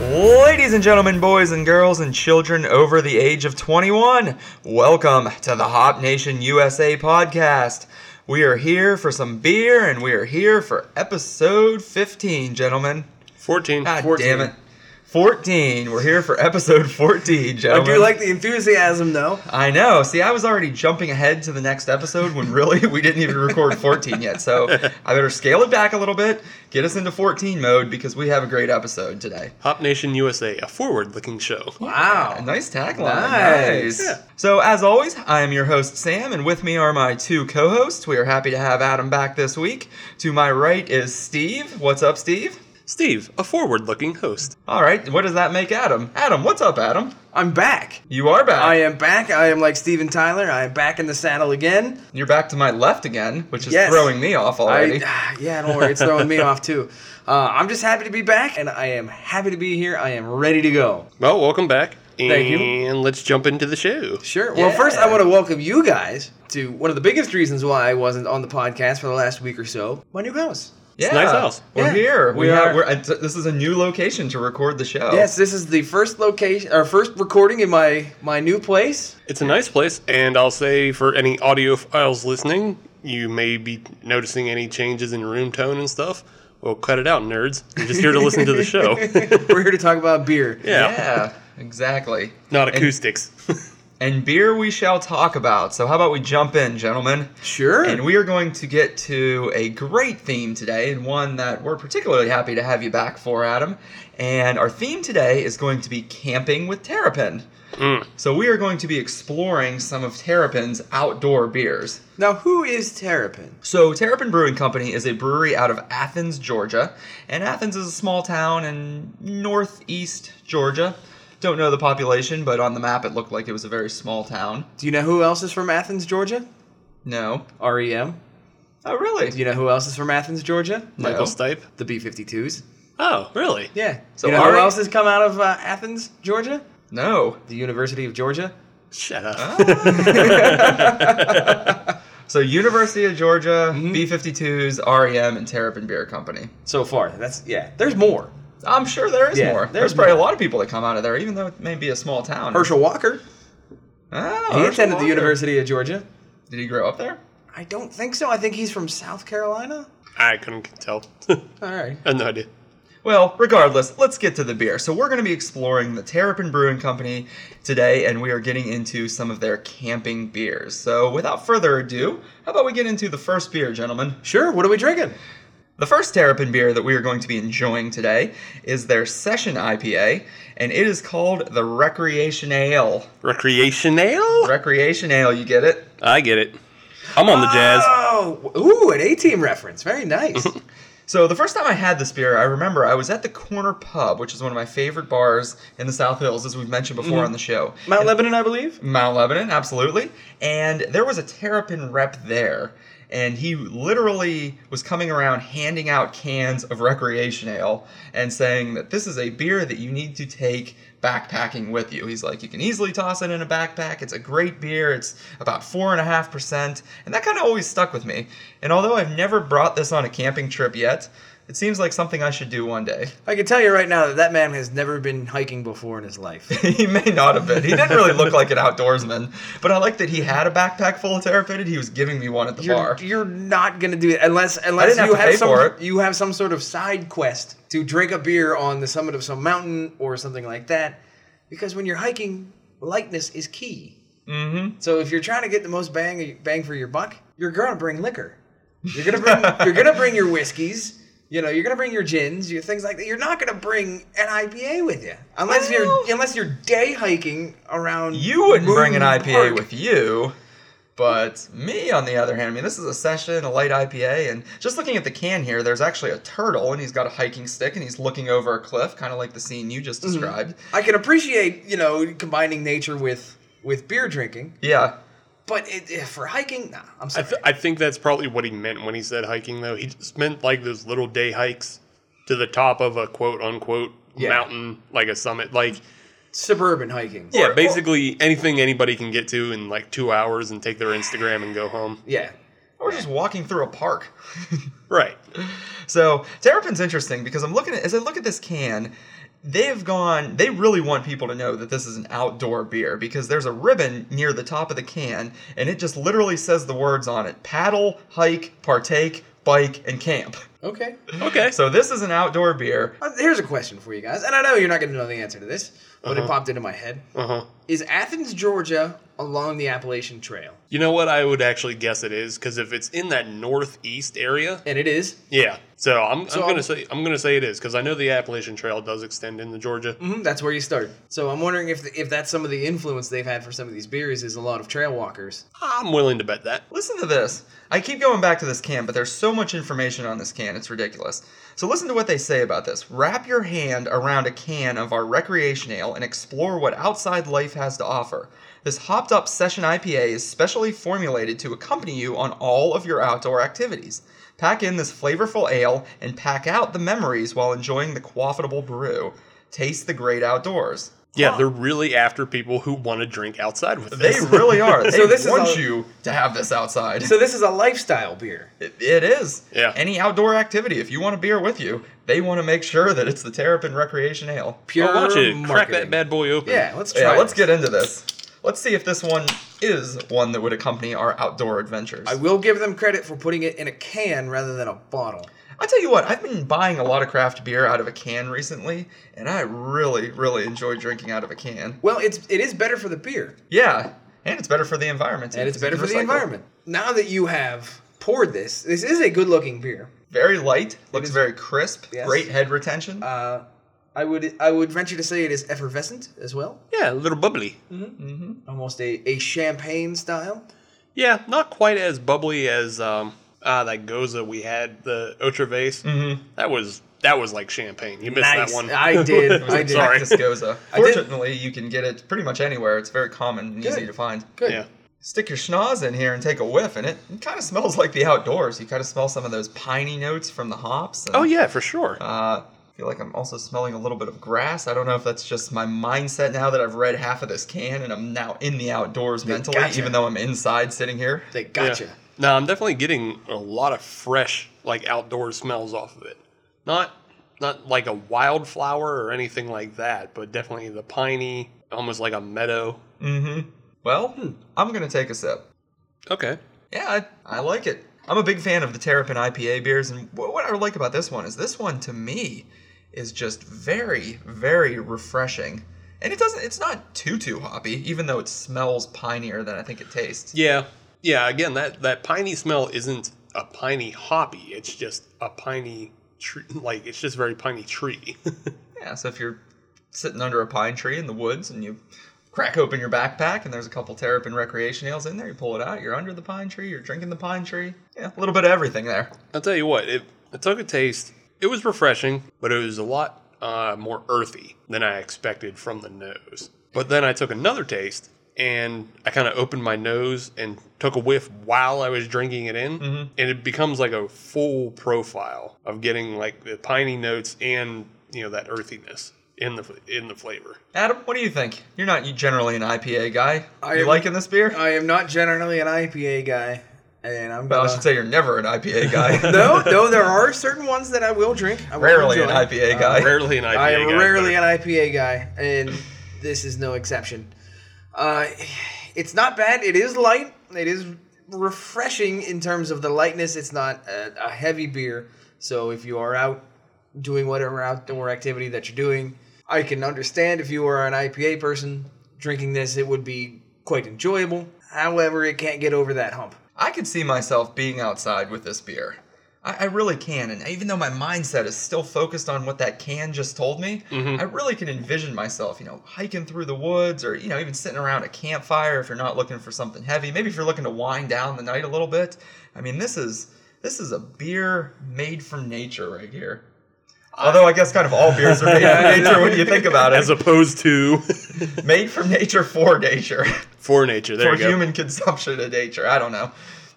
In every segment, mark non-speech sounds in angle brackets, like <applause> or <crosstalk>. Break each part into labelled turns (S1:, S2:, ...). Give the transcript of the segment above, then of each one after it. S1: Ladies and gentlemen, boys and girls, and children over the age of 21, welcome to the Hop Nation USA podcast. We are here for some beer and we are here for episode 15, gentlemen.
S2: 14.
S1: God damn it. 14. We're here for episode 14,
S3: I
S1: gentlemen.
S3: do like the enthusiasm though.
S1: I know. See, I was already jumping ahead to the next episode when really <laughs> we didn't even record 14 yet. So
S3: <laughs>
S1: I better scale it back a little bit, get us into 14 mode because we have a great episode today.
S2: Hop Nation USA, a forward looking show.
S1: A
S3: Wow.
S1: nice tagline. Nice.
S3: Nice.
S2: Yeah.
S1: So, as always, I am your host, Sam, and with me are my two co hosts. We are happy to have Adam back this week. To my right is Steve. What's up, Steve?
S2: Steve, a forward looking host.
S1: All right, what does that make Adam? Adam, what's up, Adam?
S3: I'm back.
S1: You are back.
S3: I am back. I am like Steven Tyler. I am back in the saddle again.
S1: You're back to my left again, which is
S3: Yes.
S1: throwing me off already.
S3: I, <sighs> yeah, don't worry. It's throwing me off too. Uh, I'm just happy to be back and I am happy to be here. I am ready to go.
S2: Well, welcome back. And
S3: Thank you.
S2: let's jump into the show.
S3: Sure. Well,
S1: Yeah.
S3: first, I want to welcome you guys to one of the biggest reasons why I wasn't on the podcast for the last week or so my new house.
S1: Yeah.
S2: nice house.
S1: We're
S3: Yeah.
S1: here. We,
S3: We
S1: have,
S3: are.
S1: We're, it's- this is a new location to record the show.
S3: Yes, this is the first location or first recording in my my new place.
S2: It's a nice place, and I'll say for any audiophiles listening, you may be noticing any changes in room tone and stuff. Well, cut it out, nerds. You're just here to listen to the show. yeah.
S3: <laughs> We're here to talk about beer.
S1: Oh. Yeah, exactly.
S2: Not
S3: <laughs>
S2: acoustics.
S1: And beer we shall talk about. So, how about we jump in, gentlemen?
S3: Sure.
S1: And we are going to get to a great theme today, and one that we're particularly happy to have you back for, Adam. And our theme today is going to be camping with Terrapin. So, we are going to be exploring some of Terrapin's outdoor beers.
S3: now, who is Terrapin?
S1: So, Terrapin Brewing Company is a brewery out of Athens, Georgia. And Athens is a small town in northeast Georgia. Don't know the population, but on the map it looked like it was a very small town.
S3: Do you know who else is from Athens, Georgia? E
S1: No.
S3: REM.
S1: Oh,
S3: Do
S1: really?
S3: you know who else is from Athens, Georgia?
S1: No.
S2: Michael Stipe.
S3: The B 52s.
S2: Oh, really?
S3: Yeah.
S1: So
S3: So, you know who
S1: REM
S3: else has come out of uh, Athens, Georgia?
S1: No.
S3: The University of Georgia.
S2: Shut up.
S3: Oh.
S1: <laughs> So University of Georgia,
S3: Mm-hmm.
S1: B52s, REM, E and Terrapin Beer Company.
S3: So far, that's yeah. There's more.
S1: I'm sure there is
S3: Yeah,
S1: more. There's,
S3: there's
S1: probably a
S3: more.
S1: lot of people that come out of there, even though it may be a small town.
S3: Herschel Walker.
S1: Oh,
S3: He
S1: Herschel
S3: attended the
S1: Walker.
S3: University of Georgia.
S1: Did he grow up there?
S3: I don't think so. I think he's from South Carolina.
S2: <laughs> I couldn't tell. <laughs>
S3: All right.
S2: I had no idea.
S1: Well, regardless, let's get to the beer. So we're going to be exploring the Terrapin Brewing Company today, and we are getting into some of their camping beers. So without further ado, how about we get into the first beer, gentlemen?
S3: Sure. What are we drinking?
S1: The first Terrapin beer that we are going to be enjoying today is their Session IPA, and it is called the Recreation Ale.
S2: Recreational?
S1: Recreation Ale, you get it?
S2: I get it. I'm on the
S3: Ah.
S2: jazz.
S3: Oh, ooh, an A team reference. Very <laughs> nice.
S1: So the first time I had this beer, I remember I was at the Corner Pub, which is one of my favorite bars in the South Hills, as we've mentioned before on the show.
S3: Mount Lebanon, I believe.
S1: Mount Lebanon, absolutely. And there was a Terrapin rep there, and he literally was coming around handing out cans of recreation ale and saying that this is a beer that you need to take backpacking with you. He's like, you can easily toss it in a backpack. It's a great beer. It's about four and a half percent, and that kind of always stuck with me. And although I've never brought this on a camping trip yet, it seems like something I should do one day.
S3: I can tell you right now that that man has never been hiking before in his
S1: <laughs>
S3: life.
S1: he may not have been. He didn't really look like an outdoorsman, but I like that he had a backpack full of terrapin and he was giving me one at the bar.
S3: You're, you're not gonna do it unless unless
S1: have
S3: you
S1: to
S3: have
S1: pay
S3: some
S1: for it.
S3: you have some sort of side quest to drink a beer on the summit of some mountain or something like that. Because when you're hiking, lightness is key.
S1: Mm-hmm.
S3: So if you're trying to get the most bang bang for your buck, you're gonna bring liquor. You're gonna
S1: <laughs>
S3: bring you're gonna bring your whiskeys. You know, you're gonna bring your gins, your things like that. You're not gonna bring an IPA with you unless
S1: Well-
S3: you're unless you're day hiking around.
S1: You wouldn't
S3: Moon
S1: bring an IPA
S3: Park.
S1: with you, but me, on the other hand, I mean, this is a session, a light IPA, and just looking at the can here, there's actually a turtle and he's got a hiking stick and he's looking over a cliff, kind of like the scene you
S3: Mm-hmm.
S1: just described.
S3: I can appreciate you know combining nature with with beer drinking,
S1: Yeah.
S3: but it, eh, for hiking, nah. I'm
S2: I,
S3: sorry.
S2: th- I think that's probably what he meant when he said hiking, though. He just meant like those little day hikes to the top of a quote unquote
S3: Yeah.
S2: mountain, like a summit. Like,
S3: Suburban hiking.
S2: yeah,
S3: Or- or-
S2: basically anything anybody can get to in like two hours and take their Instagram and go home.
S3: yeah.
S1: Or just walking through a park.
S2: Right.
S1: So Terrapin's interesting because I'm looking at as I look at this can, they've gone they really want people to know that this is an outdoor beer because there's a ribbon near the top of the can and it just literally says the words on it paddle hike partake bike and camp
S3: Okay.
S2: Okay.
S1: so this is an outdoor beer
S3: Uh, Here's a question for you guys, and I know you're not going to know the answer to this, but it
S2: Uh-huh.
S3: popped into my head.
S2: Uh huh.
S3: Is Athens, Georgia, along the Appalachian Trail?
S2: You know what? I would actually guess it is because if it's in that northeast area,
S3: And it is.
S2: yeah. So I'm, I'm
S3: So
S2: gonna
S3: I'm-
S2: say I'm gonna say it is because I know the Appalachian Trail does extend into Georgia.
S3: hmm that's where you start. So I'm wondering if if that's some of the influence they've had for some of these beers is a lot of trail walkers.
S2: I'm willing to bet that.
S1: Listen to this. I keep going back to this can, but there's so much information on this can, it's ridiculous. So listen to what they say about this. Wrap your hand around a can of our recreation ale and explore what outside life has to offer. This hopped up session IPA is specially formulated to accompany you on all of your outdoor activities. Pack in this flavorful ale and pack out the memories while enjoying the quaffable brew. Taste the great outdoors.
S2: Yeah, they're really after people who want to drink outside with
S1: They
S2: this. <laughs>
S1: really are. They
S3: <laughs> So this is
S1: want
S3: all-
S1: you to have this outside.
S3: So this is a lifestyle beer.
S1: It, it is.
S2: Yeah.
S1: Any outdoor activity, if you want a beer with you, they want to make sure that it's the Terrapin Recreation Ale.
S3: Pure
S2: I'll watch it. Crack
S3: marketing.
S2: that bad boy open.
S3: Yeah, let's try.
S1: Yeah, let's
S3: it.
S1: get into this. Let's see if this one is one that would accompany our outdoor adventures.
S3: I
S1: I,
S3: will give them credit for putting it in a can rather than a bottle.
S1: I tell you what, I've been buying a lot of craft beer out of a can recently, and I really, really enjoy drinking out of a can.
S3: Well, it's it is better for the beer,
S1: Yeah, and it's better for the environment. too,
S3: and it's
S1: 'cause you
S3: better
S1: can
S3: for the
S1: recycle.
S3: environment. Now that you have poured this, this is a good-looking beer.
S1: Very light, looks
S3: is-
S1: very crisp,
S3: Yes.
S1: great head retention.
S3: Uh, I would I would venture to say it is effervescent as well,
S2: Yeah, a little bubbly.
S1: hmm
S3: almost a, a champagne style.
S2: Yeah, not quite as bubbly as um ah that goza we had the Otra vase.
S1: Mhm.
S2: That was that was like champagne. You missed that one.
S3: Mm-hmm.
S2: <laughs>
S3: I did. I did.
S2: Sorry.
S1: Cactus Goza.
S3: <laughs> I did-
S1: uh, Fortunately, you can get it pretty much anywhere. It's very common and
S3: Good.
S1: easy to find.
S3: Good.
S2: Yeah.
S1: stick your schnoz in here and take a whiff, and it, kind of smells like the outdoors. You kind of smell some of those piney notes from the hops. And,
S2: Oh yeah, for sure.
S1: Uh, I feel like I'm also smelling a little bit of grass. I don't know if that's just my mindset now that I've read half of this can and I'm now in the outdoors mentally,
S3: gotcha.
S1: even though I'm inside sitting here.
S3: They
S2: Yeah.
S3: gotcha.
S2: No, I'm definitely getting a lot of fresh, like outdoor smells off of it. Not not like a wildflower or anything like that, but definitely the piney, almost like a meadow.
S1: Mm-hmm. Well,
S2: Hmm.
S1: I'm gonna take a sip.
S2: Okay.
S1: Yeah, I, I like it. I'm a big fan of the Terrapin IPA beers, and what, what I like about this one is this one to me is just very, very refreshing. And it doesn't it's not too too hoppy, even though it smells pinier than I think it tastes.
S2: Yeah. Yeah, again, that that piney smell isn't a piney hoppy. It's just a piney tree like it's just very piney tree. <laughs>
S1: Yeah, so if you're sitting under a pine tree in the woods and you crack open your backpack and there's a couple Terrapin recreation ales in there, you pull it out, you're under the pine tree, you're drinking the pine tree. Yeah, a little bit of everything there.
S2: I'll tell you what, it I took a taste. It was refreshing, but it was a lot uh, more earthy than I expected from the nose. But then I took another taste and I kind of opened my nose and took a whiff while I was drinking it in, and it becomes like a full profile of getting like the piney notes and you know that earthiness in the in the flavor.
S1: Adam, what do you think? You're not generally an IPA guy.
S3: I
S1: you
S3: am-
S1: liking this beer?
S3: I am not generally an IPA guy, and I'm
S1: Well,
S3: gonna.
S1: I should say you're never an IPA guy.
S3: <laughs> no, no, there are certain ones that I will drink. I
S1: <laughs>
S3: will
S1: Rarely an
S3: enjoy. Uh,
S1: IPA guy.
S2: Rarely an IPA.
S3: I am
S2: guy,
S3: rarely
S2: but-
S3: an IPA guy, and this is no exception. Uh, it's not bad. It is light. It is refreshing in terms of the lightness. It's not a, a heavy beer. So if you are out doing whatever outdoor activity that you're doing, I can understand if you are an IPA person drinking this, it would be quite enjoyable. However, it can't get over that hump.
S1: I could see myself being outside with this beer. I, I really can, and even though my mindset is still focused on what that can just told me,
S3: Mm-hmm.
S1: I really can envision myself, you know, hiking through the woods or, you know, even sitting around a campfire if you're not looking for something heavy. Maybe if you're looking to wind down the night a little bit. I mean, this is this is a beer made from nature right here. Although I guess kind of all beers are
S3: <laughs>
S1: made from nature when you think about
S2: as
S1: it.
S2: opposed to <laughs>
S1: Made from nature for nature. <laughs>
S2: for nature. There
S1: for
S2: you go.
S1: human consumption in nature. I don't know.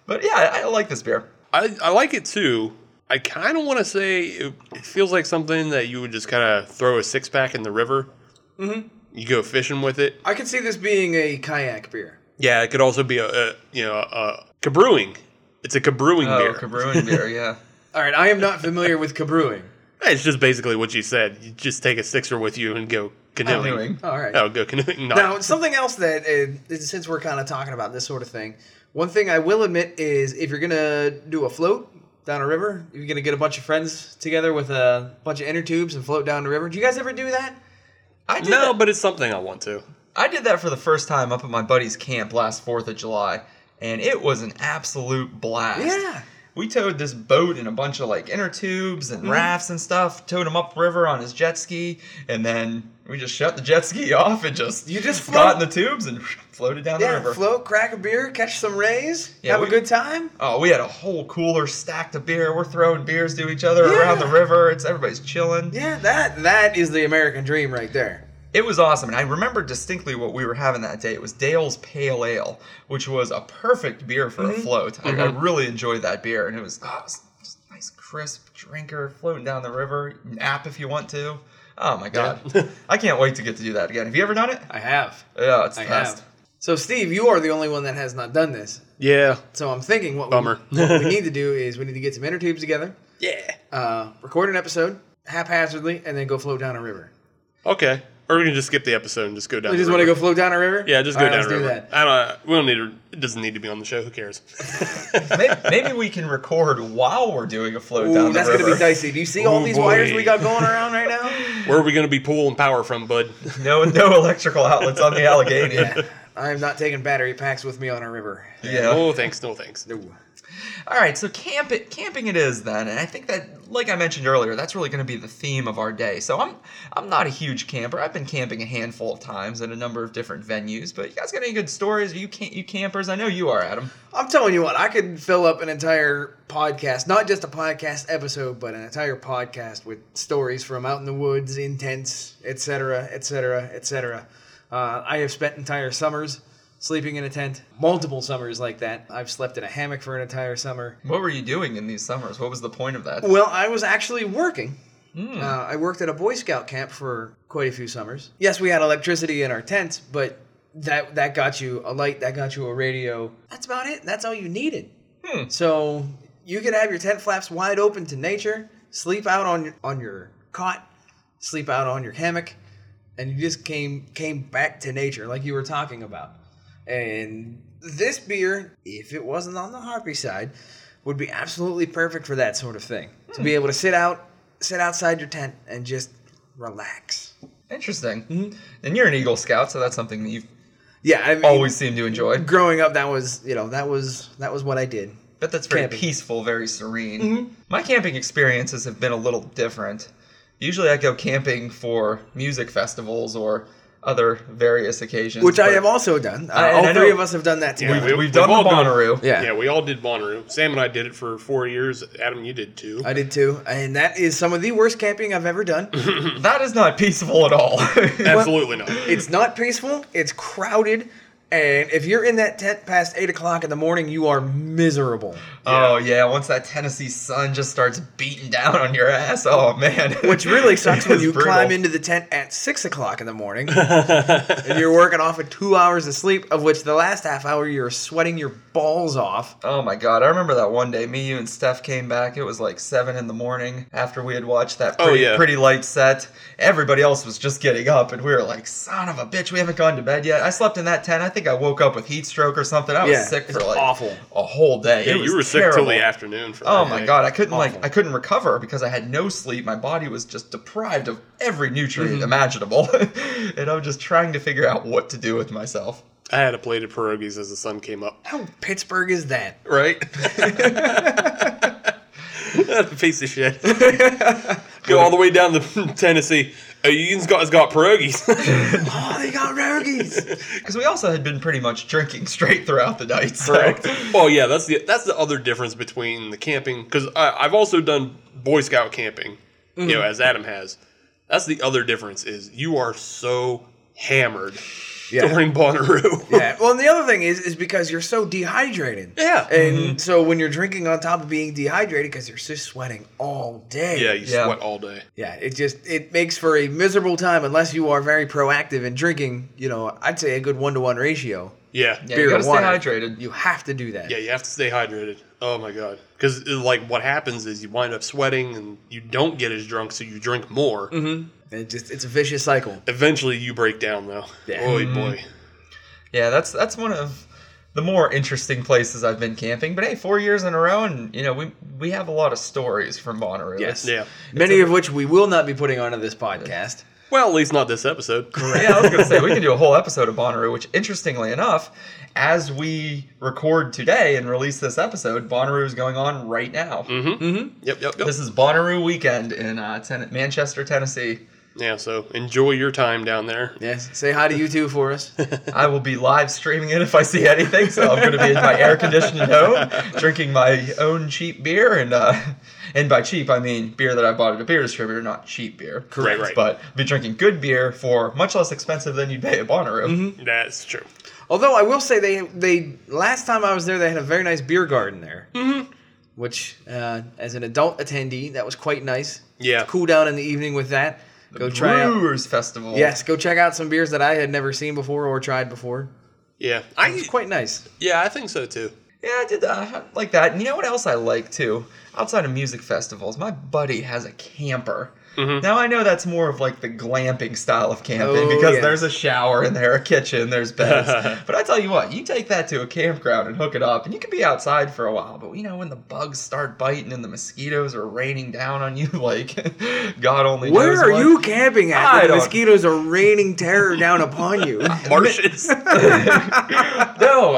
S1: But yeah, I, I like this beer.
S2: I, I like it too. I kind of want to say it, it feels like something that you would just kind of throw a six pack in the river. Mm-hmm. You go fishing with it.
S3: I could see this being a kayak beer.
S2: Yeah, it could also be a, a you know a cabrewing. It's a cabrewing
S1: Oh,
S2: beer.
S3: <laughs>
S1: Cabruin beer, yeah.
S3: All right, I am not familiar with cabrewing.
S2: It's just basically what you said. You just take a sixer with you and go canoeing.
S1: Canoeing.
S3: All right.
S2: Oh, go canoeing. Not,
S3: Now, something else that, uh, is- since we're kind of talking about this sort of thing, one thing I will admit is if you're going to do a float down a river, you're going to get a bunch of friends together with a bunch of inner tubes and float down the river. Do you guys ever do that?
S1: I did
S2: no,
S1: that-
S2: but it's something I want to.
S1: I did that for the first time up at my buddy's camp last 4th of July, and it was an absolute blast.
S3: Yeah.
S1: We towed this boat and a bunch of like inner tubes
S3: Mm-hmm.
S1: and rafts and stuff, towed him upriver on his jet ski, and then we just shut the jet ski <laughs> off and just
S3: You just
S1: got in
S3: float.
S1: the tubes and <laughs> floated down the
S3: Yeah,
S1: river.
S3: float, crack a beer, catch some rays,
S1: Yeah,
S3: have
S1: we-
S3: a good time.
S1: oh, we had a whole cooler stacked of beer. We're throwing beers to each other
S3: Yeah.
S1: around the river. It's everybody's chilling.
S3: Yeah, that that is the American dream right there.
S1: It was awesome, and I remember distinctly what we were having that day. It was Dale's Pale Ale, which was a perfect beer for
S3: Mm-hmm.
S1: a float. I, I really enjoyed that beer, and it was, oh, it was just a nice, crisp drinker floating down the river. Nap if you want to. Oh my god,
S3: <laughs>
S1: I can't wait to get to do that again. Have you ever done it?
S3: I have.
S1: Yeah, it's the
S3: I
S1: best.
S3: have. So, Steve, you are the only one that has not done this.
S2: Yeah.
S3: So, I'm thinking what,
S2: Bummer.
S3: We, what we need to do is we need to get some inner tubes together,
S2: Yeah.
S3: uh, record an episode haphazardly, and then go float down a river.
S2: Okay. Or we can just skip the episode and just go down.
S3: We
S2: the
S3: just want to go
S2: river.
S3: float down a river.
S2: Yeah, just go
S3: All right,
S2: down.
S3: Let's
S2: river.
S3: do that.
S2: I don't. uh, We don't need. To, it doesn't need to be on the show. Who cares?
S1: Maybe, maybe we can record while we're doing a float down
S3: Ooh,
S1: the
S3: that's
S1: river.
S3: gonna be dicey. Do you see all
S2: Ooh,
S3: these
S2: Oh, boy.
S3: wires we got going around right now?
S2: <laughs> Where are we going to be pulling power from, bud?
S1: No, no electrical outlets on the Allegheny.
S3: <laughs> Yeah. I am not taking battery packs with me on a river.
S1: yeah.
S2: No Oh, thanks. No thanks.
S3: No.
S1: All right, so camp it, camping it is then, and I think that, like I mentioned earlier, that's really going to be the theme of our day. So I'm I'm not a huge camper. I've been camping a handful of times at a number of different venues. But you guys got any good stories? Are you can you campers? I know you are, Adam.
S3: I'm telling you what, I could fill up an entire podcast, not just a podcast episode, but an entire podcast with stories from out in the woods, in tents, etc., etc., etc. Uh, I have spent entire summers sleeping in a tent, multiple summers like that. I've slept in a hammock for an entire summer.
S1: What were you doing in these summers? What was the point of that? Hmm.
S3: Well, I was actually working. Uh, I worked at a Boy Scout camp for quite a few summers. Yes, we had electricity in our tents, but that that got you a light, that got you a radio. That's about it. That's all you needed.
S1: Hmm.
S3: So you could have your tent flaps wide open to nature, sleep out on your, on your cot, sleep out on your hammock, and you just came came back to nature, like you were talking about. And this beer, if it wasn't on the hoppy side, would be absolutely perfect for that sort of thing. To
S1: Hmm.
S3: be able to sit out, sit outside your tent and just relax.
S1: Interesting. And you're an Eagle Scout, so that's something that you've
S3: Yeah, Mm-hmm. I mean,
S1: always seemed to enjoy.
S3: growing up. That was you know that was that was what I did.
S1: But that's very
S3: Camping. Mm-hmm.
S1: peaceful, very serene. My camping experiences have been a little different. Usually, I go camping for music festivals or other various occasions,
S3: Which I
S1: but-
S3: have also done. Uh,
S1: I- and
S3: all
S1: I
S3: three
S1: know-
S3: of us have done that together.
S1: We've, we've done the
S2: all gone-
S1: Bonnaroo.
S3: Yeah.
S2: Yeah, we all did Bonnaroo. Sam and I did it for four years. Adam, you did too.
S3: I did too, and that is some of the worst camping I've ever done.
S1: Mm-hmm. That is not peaceful at all. <laughs>
S2: Absolutely not.
S3: it's not peaceful. It's crowded, and if you're in that tent past eight o'clock in the morning, you are miserable.
S1: Oh yeah, once that Tennessee sun just starts beating down on your ass, oh man. <laughs>
S2: <laughs>
S3: Which really sucks when
S1: It's
S3: you
S1: brutal.
S3: climb into the tent at six o'clock in the morning, and you're working off of two hours of sleep, of which the last half hour you're sweating your balls off.
S1: Oh my god, I remember that one day. Me, you, and Steph came back. It was like seven in the morning after we had watched that
S2: Oh,
S1: pretty,
S2: yeah.
S1: pretty light set. Everybody else was just getting up, and we were like, "Son of a bitch, we haven't gone to bed yet." I slept in that tent. I think I woke up with heat stroke or something. I was
S3: Yeah,
S1: sick for
S3: it's
S1: like
S3: awful.
S1: a whole day.
S2: yeah,
S1: It was
S2: you were sick till
S1: terrible.
S2: the afternoon. For
S1: Oh
S2: that
S1: my
S2: day.
S1: god, I couldn't like
S3: Awful.
S1: I couldn't recover because I had no sleep. My body was just deprived of every nutrient
S2: Mm-hmm.
S1: imaginable, <laughs> and I'm just trying to figure out what to do with myself.
S2: I had a plate of pierogies as the sun came up.
S3: How Pittsburgh is that?
S2: Right? That's a <laughs> piece of shit. Go all the way down to <laughs> Tennessee. Oh, you has got has got pierogies. <laughs>
S3: Oh, they got rogies.
S1: Because we also had been pretty much drinking <laughs> straight throughout the night. So.
S2: Correct. <laughs> Well, Oh, yeah, that's the that's the other difference between the camping because I've also done Boy Scout camping, you know,
S1: Mm-hmm.
S2: as Adam has. That's the other difference is you are so hammered during Bonnaroo.
S3: yeah. Well, and the other thing is, is because you're so dehydrated.
S2: <laughs> Yeah. Mm-hmm.
S3: And so when you're drinking on top of being dehydrated, because you're just sweating all day.
S2: yeah, you
S1: Yeah.
S2: sweat all day.
S3: Yeah, it just it makes for a miserable time unless you are very proactive in drinking. You know, I'd say a good one to one ratio.
S2: Yeah.
S1: Yeah,
S3: beer
S1: you gotta
S3: and water.
S1: stay hydrated.
S3: You have to do that.
S2: Yeah, you have to stay hydrated. Oh my god, because like what happens is you wind up sweating and you don't get as drunk, so you drink more.
S1: Mm-hmm.
S3: It just it's a vicious cycle.
S2: Eventually, you break down though.
S3: Yeah.
S2: Boy, boy.
S1: Yeah, that's that's one of the more interesting places I've been camping. But hey, four years in a row, and you know we we have a lot of stories from Bonnaroo.
S3: Yes.
S2: Yeah.
S3: Many of which we will not be putting onto this podcast.
S2: Well, at least not this episode.
S1: yeah, I
S2: <laughs>
S1: was gonna say we can do a whole episode of Bonnaroo, which interestingly enough, as we record today and release this episode, Bonnaroo is going on right now.
S2: Mm-hmm. Yep, Mm. yep, yep.
S1: This is Bonnaroo weekend in uh, ten- Manchester, Tennessee.
S2: Yeah. So enjoy your time down there.
S3: Yes. Say hi to you two for us.
S1: I will be live streaming it if I see anything, so I'm going to be in my air conditioned home, drinking my own cheap beer, and uh, and by cheap I mean beer that I bought at a beer distributor, not cheap beer.
S2: Correct. Right, right.
S1: But I'll be drinking good beer for much less expensive than you'd pay at Bonnaroo.
S2: Mm-hmm. That's true.
S3: Although I will say they they last time I was there they had a very nice beer garden there, mm-hmm. which uh, as an adult attendee that was quite nice.
S2: Yeah.
S3: Cool down in the evening with that. Go try out.
S1: Brewers Festival.
S3: Yes, go check out some beers that I had never seen before or tried before.
S2: Yeah. I.
S3: It's quite nice.
S2: Yeah, I think so too.
S1: Yeah, I did uh, like that. And you know what else I like too? Outside of music festivals, my buddy has a camper. Now I know that's more of like the glamping style of camping
S3: Mm-hmm. Oh,
S1: because
S3: yeah.
S1: there's a shower in there, a kitchen, there's
S3: <laughs>
S1: beds. but I tell you what, you take that to a campground and hook it up, and you can be outside for a while. But you know when the bugs start biting and the mosquitoes are raining down on you, <laughs> like God only
S3: Where
S1: knows
S3: are
S1: what.
S3: you camping at?
S1: I
S3: when The
S1: don't-
S3: mosquitoes are raining terror down upon you.
S2: Marshes.
S1: no,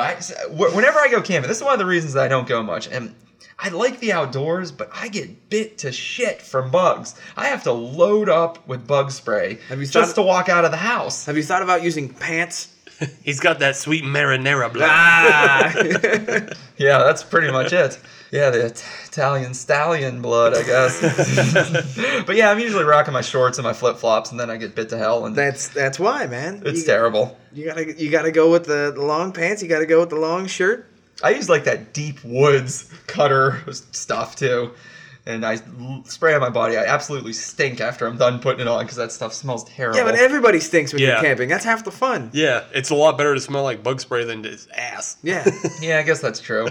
S1: I, wh- whenever I go camping, this is one of the reasons that I don't go much. And I like the outdoors, but I get bit to shit from bugs. I have to load up with bug spray
S3: Have you
S1: just
S3: started-
S1: to walk out of the house.
S3: Have you thought about using pants?
S2: <laughs> He's got that sweet marinara blood.
S3: Ah.
S2: <laughs>
S1: Yeah, that's pretty much it. Yeah, the It- Italian stallion blood, I guess. <laughs> but yeah, I'm usually rocking my shorts and my flip flops, and then I get bit to hell, and
S3: that's that's why, man.
S1: it's
S3: you,
S1: terrible.
S3: you gotta you gotta go with the, the long pants. You gotta go with the long shirt.
S1: I use like that deep woods cutter stuff too. And I l- spray on my body. I absolutely stink after I'm done putting it on because that stuff smells terrible.
S3: Yeah, but everybody stinks when
S2: Oh. Yeah.
S3: you're camping. That's half the fun.
S2: Yeah, it's a lot better to smell like bug spray than his ass.
S3: Yeah.
S2: <laughs>
S1: Yeah, I guess that's true.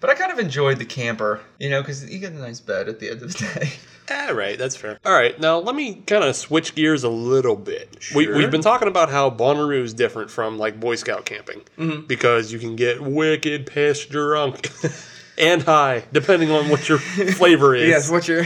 S1: but I kind of enjoyed the camper, you know, because you get a nice bed at the end of the day.
S2: All right, that's fair. All right, now let me kind of switch gears a little bit. We,
S1: Sure.
S2: we've been talking about how Bonnaroo is different from like Boy Scout camping because you can get wicked pissed drunk <laughs> and high, depending on what your flavor is.
S3: yes. What's your?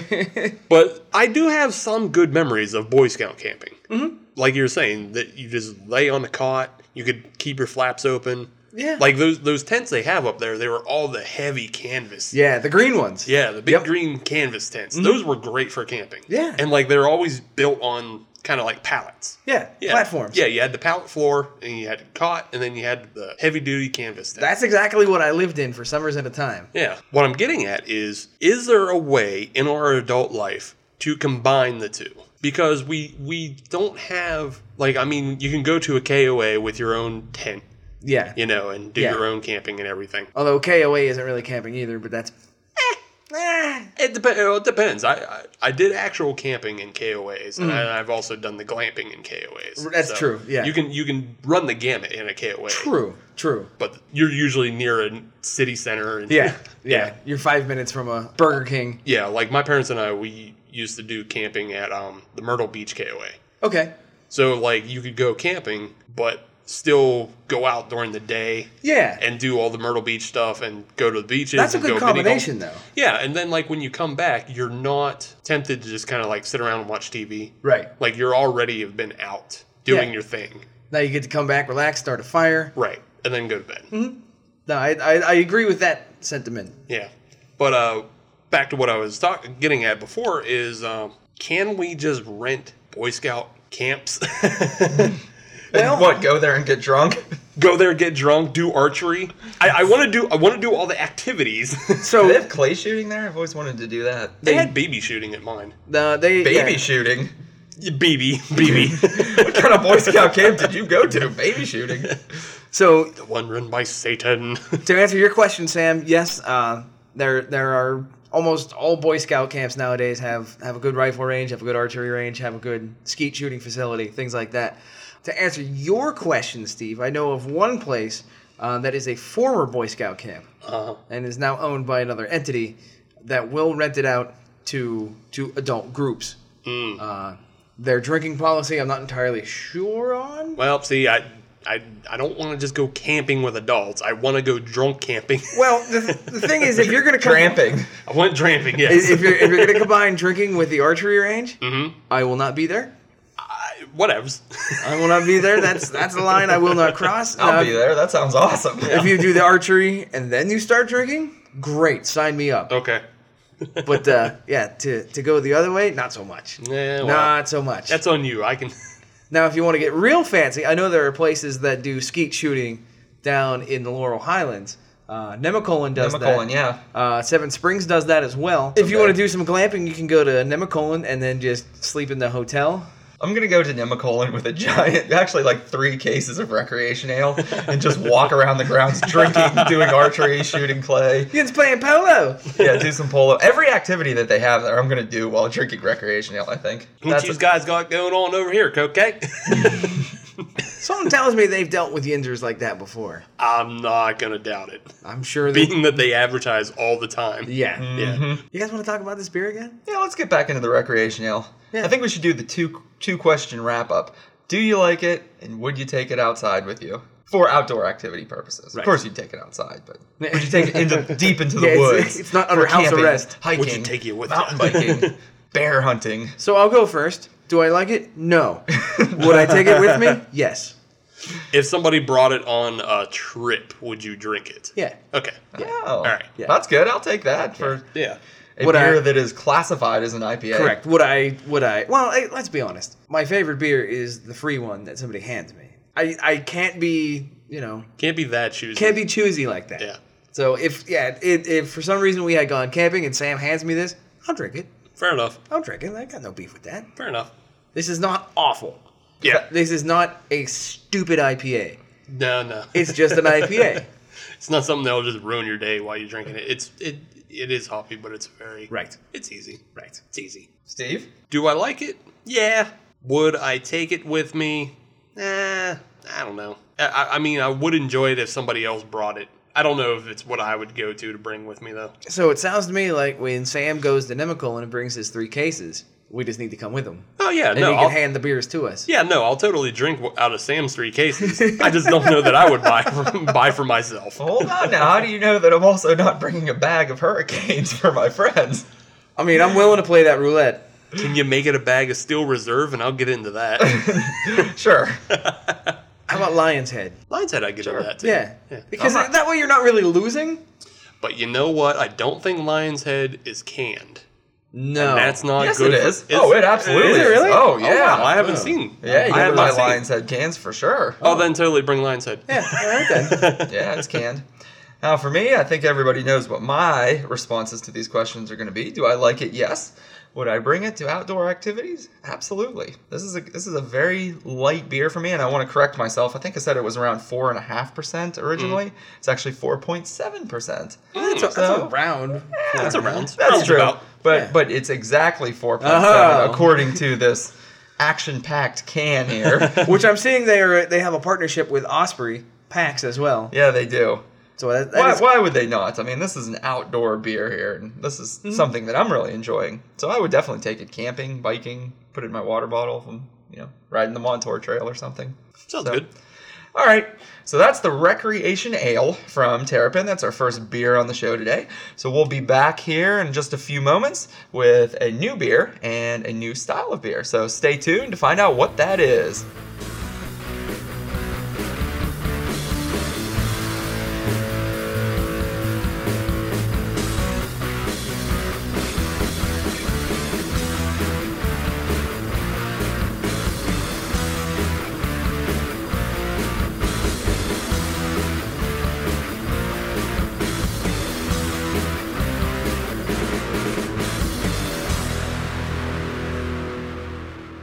S2: But I do have some good memories of Boy Scout camping. Mm-hmm. Like you were saying, that you just lay on the cot, you could keep your flaps open.
S3: Yeah.
S2: Like those those tents they have up there, they were all the heavy canvas.
S3: <laughs> yeah, the green ones.
S2: Yeah, the big
S3: Yep. Mm-hmm.
S2: green canvas tents. Those were great for camping.
S3: Yeah.
S2: And like they're always built on kind of like pallets.
S3: Yeah.
S2: Yeah.
S3: Platforms.
S2: Yeah, you had the pallet floor and you had the cot and then you had the heavy duty canvas tent.
S3: That's exactly what I lived in for summers at a time.
S2: yeah. What I'm getting at is is there a way in our adult life to combine the two? Because we we don't have like I mean, you can go to a KOA with your own tent,
S3: Yeah.
S2: you know, and do
S3: Yeah.
S2: your own camping and everything.
S3: Although KOA isn't really camping either, but that's. Eh, eh.
S2: It, dep- it depends. I, I I did actual camping in KOAs, and I, I've also done the glamping in KOAs.
S3: Mm. That's true, yeah.
S2: you can you can run the gamut in a KOA.
S3: True. True.
S2: but you're usually near a city center. And <laughs>
S3: Yeah. Yeah. You're five minutes from a Burger King.
S2: yeah. Like my parents and I, we used to do camping at um the Myrtle Beach KOA.
S3: Okay.
S2: So like you could go camping, but still go out during the day
S3: Yeah.
S2: and do all the Myrtle Beach stuff and go to the beaches.
S3: That's a
S2: and go
S3: good
S2: mini golf.
S3: combination, though.
S2: Yeah, and then like when you come back, you're not tempted to just kind of like sit around and watch TV.
S3: Right.
S2: Like you're already have been out doing
S3: Yeah.
S2: your thing.
S3: Now you get to come back, relax, start a fire.
S2: Right. And then go to bed.
S3: Mm-hmm. No, I, I, I agree with that sentiment.
S2: Yeah. But uh back to what I was talk- getting at before is um can we just rent Boy Scout camps? <laughs>
S1: And <laughs> what, go there and get drunk?
S2: go there, get drunk, do archery. I, I want to do I want to do all the activities.
S1: Do
S3: So
S1: they have clay shooting there? I've always wanted to do that.
S2: they had baby shooting at mine.
S3: uh, they
S1: Baby
S3: yeah.
S1: shooting?
S2: Baby,
S3: <laughs>
S2: baby.
S1: What kind of Boy Scout camp did you go to? Baby
S3: <laughs>
S1: shooting?
S3: So
S2: the one run by Satan. <laughs>
S3: to answer your question, Sam, yes, uh, there there are almost all Boy Scout camps nowadays have have a good rifle range, have a good archery range, have a good skeet shooting facility, things like that. To answer your question, Steve, I know of one place uh, that is a former Boy Scout camp
S2: Uh,
S3: and is now owned by another entity that will rent it out to to adult groups. Uh, their drinking policy, I'm not entirely sure on.
S2: well, see, I, I, I don't want to just go camping with adults. I want to go drunk camping. <laughs>
S3: Well, the, the thing is, if you're going to
S1: Tramping.
S2: I want tramping. Yes.
S3: if
S2: <laughs>
S3: you're if you're going to combine drinking with the archery range,
S1: Mm-hmm.
S3: I will not be there.
S2: I, whatevs.
S3: I will not be there. That's that's a line I will not cross.
S1: I'll
S3: Uh,
S1: be there. That sounds awesome. <laughs>
S3: If you do the archery and then you start drinking, great, sign me up.
S2: okay.
S3: But uh, yeah, to to go the other way, not so much.
S2: Yeah, well,
S3: Not so much.
S2: That's on you. I can. <laughs>
S3: Now, if you want to get real fancy, I know there are places that do skeet shooting down in the Laurel Highlands. Uh, Nemacolin does
S1: Nemacolin,
S3: that.
S1: yeah.
S3: Uh, Seven Springs does that as well. If you
S1: Okay.
S3: want to do some glamping, you can go to Nemacolin and then just sleep in the hotel.
S1: I'm gonna go to Nemacolin with a giant, actually like three cases of recreation ale, and just walk around the grounds drinking, doing archery, shooting clay.
S3: You can play polo.
S1: Yeah, do some polo. Every activity that they have there, I'm gonna do while drinking recreation ale. I think.
S2: What you guys got going on over here, okay?
S3: Hmm. Someone tells me they've dealt with yinzers like that before.
S2: <laughs> I'm not gonna doubt it,
S3: I'm sure they.
S2: being that they advertise all the time.
S3: Yeah. Mm-hmm.
S2: Yeah.
S3: You guys want to talk about this beer again?
S1: Yeah, let's get back into the recreation ale.
S3: Yeah.
S1: I think we should do the two two question wrap up. Do you like it, and would you take it outside with you for outdoor activity purposes? Of
S2: Right.
S1: course, you'd take it outside, but would you take it
S2: <laughs>
S1: into deep into the
S3: Yeah, it's-
S1: woods?
S3: it's not
S1: for
S3: under house
S1: camping,
S3: arrest.
S1: Hiking,
S2: Would you take it with
S1: mountain
S2: you?
S1: biking, bear hunting?
S3: So I'll go first. Do I like it? No. Would I take it with me? Yes.
S2: If somebody brought it on a trip, would you drink it?
S3: Yeah.
S2: Okay.
S1: Oh,
S2: right.
S3: Yeah.
S1: That's good. I'll take that for
S2: Yeah.
S1: a
S3: Would
S1: beer
S3: I-
S1: that is classified as an IPA.
S3: Correct. Would I? Would I? Well, I, let's be honest. My favorite beer is the free one that somebody hands me. I I can't be you know
S2: Can't be that choosy.
S3: can't be choosy like that.
S2: Yeah.
S3: So if yeah if, if for some reason we had gone camping and Sam hands me this, I'll drink it.
S2: Fair enough.
S3: I'll drink it. I got no beef with that.
S2: Fair enough.
S3: This is not awful.
S2: Yeah.
S3: This is not a stupid IPA.
S2: No, no.
S3: It's just an IPA.
S2: It's not something that'll just ruin your day while you're drinking it. It's it it is hoppy, but it's very
S3: Right.
S2: It's easy.
S3: Right.
S2: It's easy.
S1: Steve?
S2: Do I like it? Yeah. Would I take it with me? Nah, I don't know. I- I, I mean, I would enjoy it if somebody else brought it. I don't know if it's what I would go to to bring with me though.
S3: So it sounds to me like when Sam goes to Nemical and brings his three cases, we just need to come with him.
S2: Oh yeah,
S3: And
S2: no.
S3: he can
S2: I'll,
S3: hand the beers to us.
S2: yeah, no. I'll totally drink w- out of Sam's three cases. I just don't know that I would buy for, <laughs> buy for myself.
S1: Hold on now. How do you know that I'm also not bringing a bag of hurricanes for my friends? <laughs>
S3: I mean, I'm willing to play that roulette.
S2: Can you make it a bag of steel reserve, and I'll get
S1: <laughs>
S2: into that.
S1: Sure.
S3: How about Lion's Head?
S2: Lion's Head, I get into that too.
S3: Yeah. Because
S1: I'm not-
S3: that way you're not really losing.
S2: But you know what? I don't think Lion's Head is canned.
S3: No.
S2: That's not
S1: yes,
S2: good.
S1: it
S2: for-
S1: is. oh, it absolutely
S3: Is it really?
S1: Oh,
S2: Oh,
S1: yeah.
S2: wow, I haven't
S3: Oh.
S2: seen.
S1: Yeah, you
S2: I
S1: can
S2: have
S1: buy
S2: not seen.
S1: Lion's Head cans for sure.
S2: Oh, then totally bring Lion's Head.
S3: Yeah,
S2: <laughs>
S3: all right then.
S1: Yeah, it's canned. Now, for me, I think everybody knows what my responses to these questions are going to be. Do I like it? Yes. Would I bring it to outdoor activities? Absolutely. This is a this is a very light beer for me, and I want to correct myself. I think I said it was around four and a half percent
S3: Mm.
S1: originally. It's actually four point seven percent.
S3: that's, a, that's a
S1: So-
S3: round.
S2: That's around.
S1: That's true.
S2: Roundabout.
S1: But
S3: Yeah.
S1: but it's exactly 4.7
S3: Oh.
S1: according to this action-packed can here.
S3: <laughs> Which I'm seeing they are they have a partnership with Osprey PAX as well.
S1: yeah, they do.
S3: So that, that
S1: Why,
S3: is-
S1: why would they not? I mean, this is an outdoor beer here, and this is
S3: Mm-hmm.
S1: something that I'm really enjoying. So I would definitely take it camping, biking, put it in my water bottle, if I'm, you know, riding the Montour Trail or something.
S2: Sounds
S1: So-
S2: good.
S1: All right. So that's the Recreation Ale from Terrapin. That's our first beer on the show today. So we'll be back here in just a few moments with a new beer and a new style of beer. So stay tuned to find out what that is.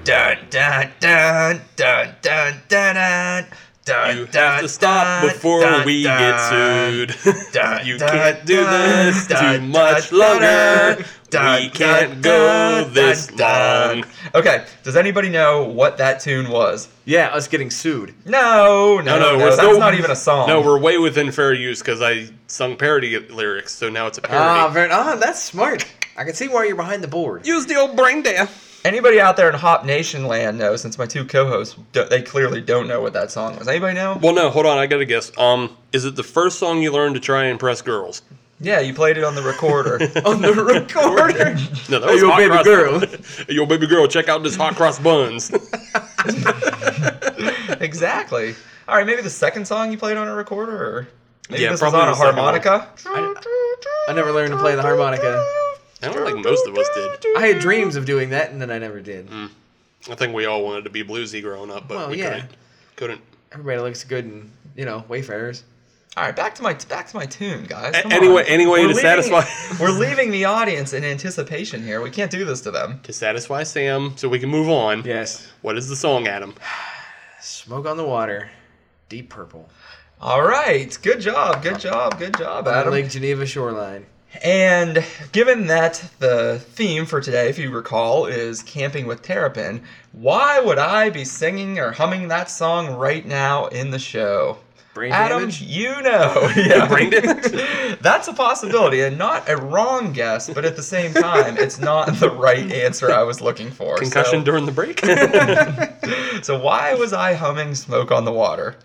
S1: Dun dun dun dun dun dun dun. Dun,
S2: You
S1: dun,
S2: have to stop
S1: dun,
S2: before
S1: dun,
S2: we
S1: dun.
S2: get sued.
S1: Dun,
S2: <laughs> you
S1: dun,
S2: can't do
S1: dun,
S2: this
S1: dun,
S2: too much
S1: dun, dun,
S2: longer.
S1: dun.
S2: We can't go this long.
S1: Okay, does anybody know what that tune was?
S3: Yeah, us getting sued.
S1: No, no, no,
S2: we're
S1: that's
S2: still-
S1: not even a song.
S2: No, we're way within fair use because I sung parody lyrics, so now it's a
S3: Ah,
S2: parody.
S3: very, ah, that's smart. I can see why you're behind the board.
S2: Use the old brain there.
S1: Anybody out there in Hop Nation land knows, since my two co-hosts, do, they clearly don't know what that song was. Anybody know?
S2: Well, no, hold on. I got to guess. Um, is it the first song you learned to try and impress girls?
S1: Yeah, you played it on the recorder.
S3: <laughs>
S2: <laughs>
S3: On <laughs> the recorder.
S2: No, that
S3: Hey,
S2: was
S3: yo,
S2: hot
S3: baby
S2: cross-
S3: girl.
S2: <laughs> Hey, yo, baby girl, check out this hot cross buns. <laughs>
S1: <laughs> exactly. All right, maybe the second song you played on a recorder, or maybe
S2: Yeah,
S1: this was
S2: probably
S1: on a
S2: the second one.
S1: harmonica.
S3: I never learned to play the harmonica.
S2: I don't think most of us
S1: <laughs>
S2: did.
S3: I had dreams of doing that, and then I never did.
S2: I think we all wanted to be bluesy growing up, but
S3: Well,
S2: we
S3: yeah.
S2: couldn't.
S3: Everybody looks good and you know Wayfarers.
S1: All right, back to my back to my tune, guys. Come
S2: Couldn't. A- anyway,
S1: on.
S2: anyway,
S1: We're
S2: to
S1: leaving-
S2: satisfy
S1: <laughs> We're leaving the audience in anticipation here. We can't do this to them.
S2: to satisfy Sam, so we can move on.
S3: Yes.
S2: What is the song, Adam?
S3: Smoke on the water. Deep purple.
S1: All right, good job, good job, good job, Adam.
S3: Lake Geneva shoreline.
S1: And given that the theme for today, if you recall, is camping with Terrapin, why would I be singing or humming that song right now in the show?
S3: Brain
S1: Adam,
S3: damage.
S1: you know. Yeah.
S2: Brain damage?
S1: <laughs> That's a possibility, and not a wrong guess, but at the same time, it's not the right answer I was looking for.
S2: Concussion
S1: So,
S2: during
S1: <laughs>
S2: the break?
S1: so why was I humming "Smoke on the Water"?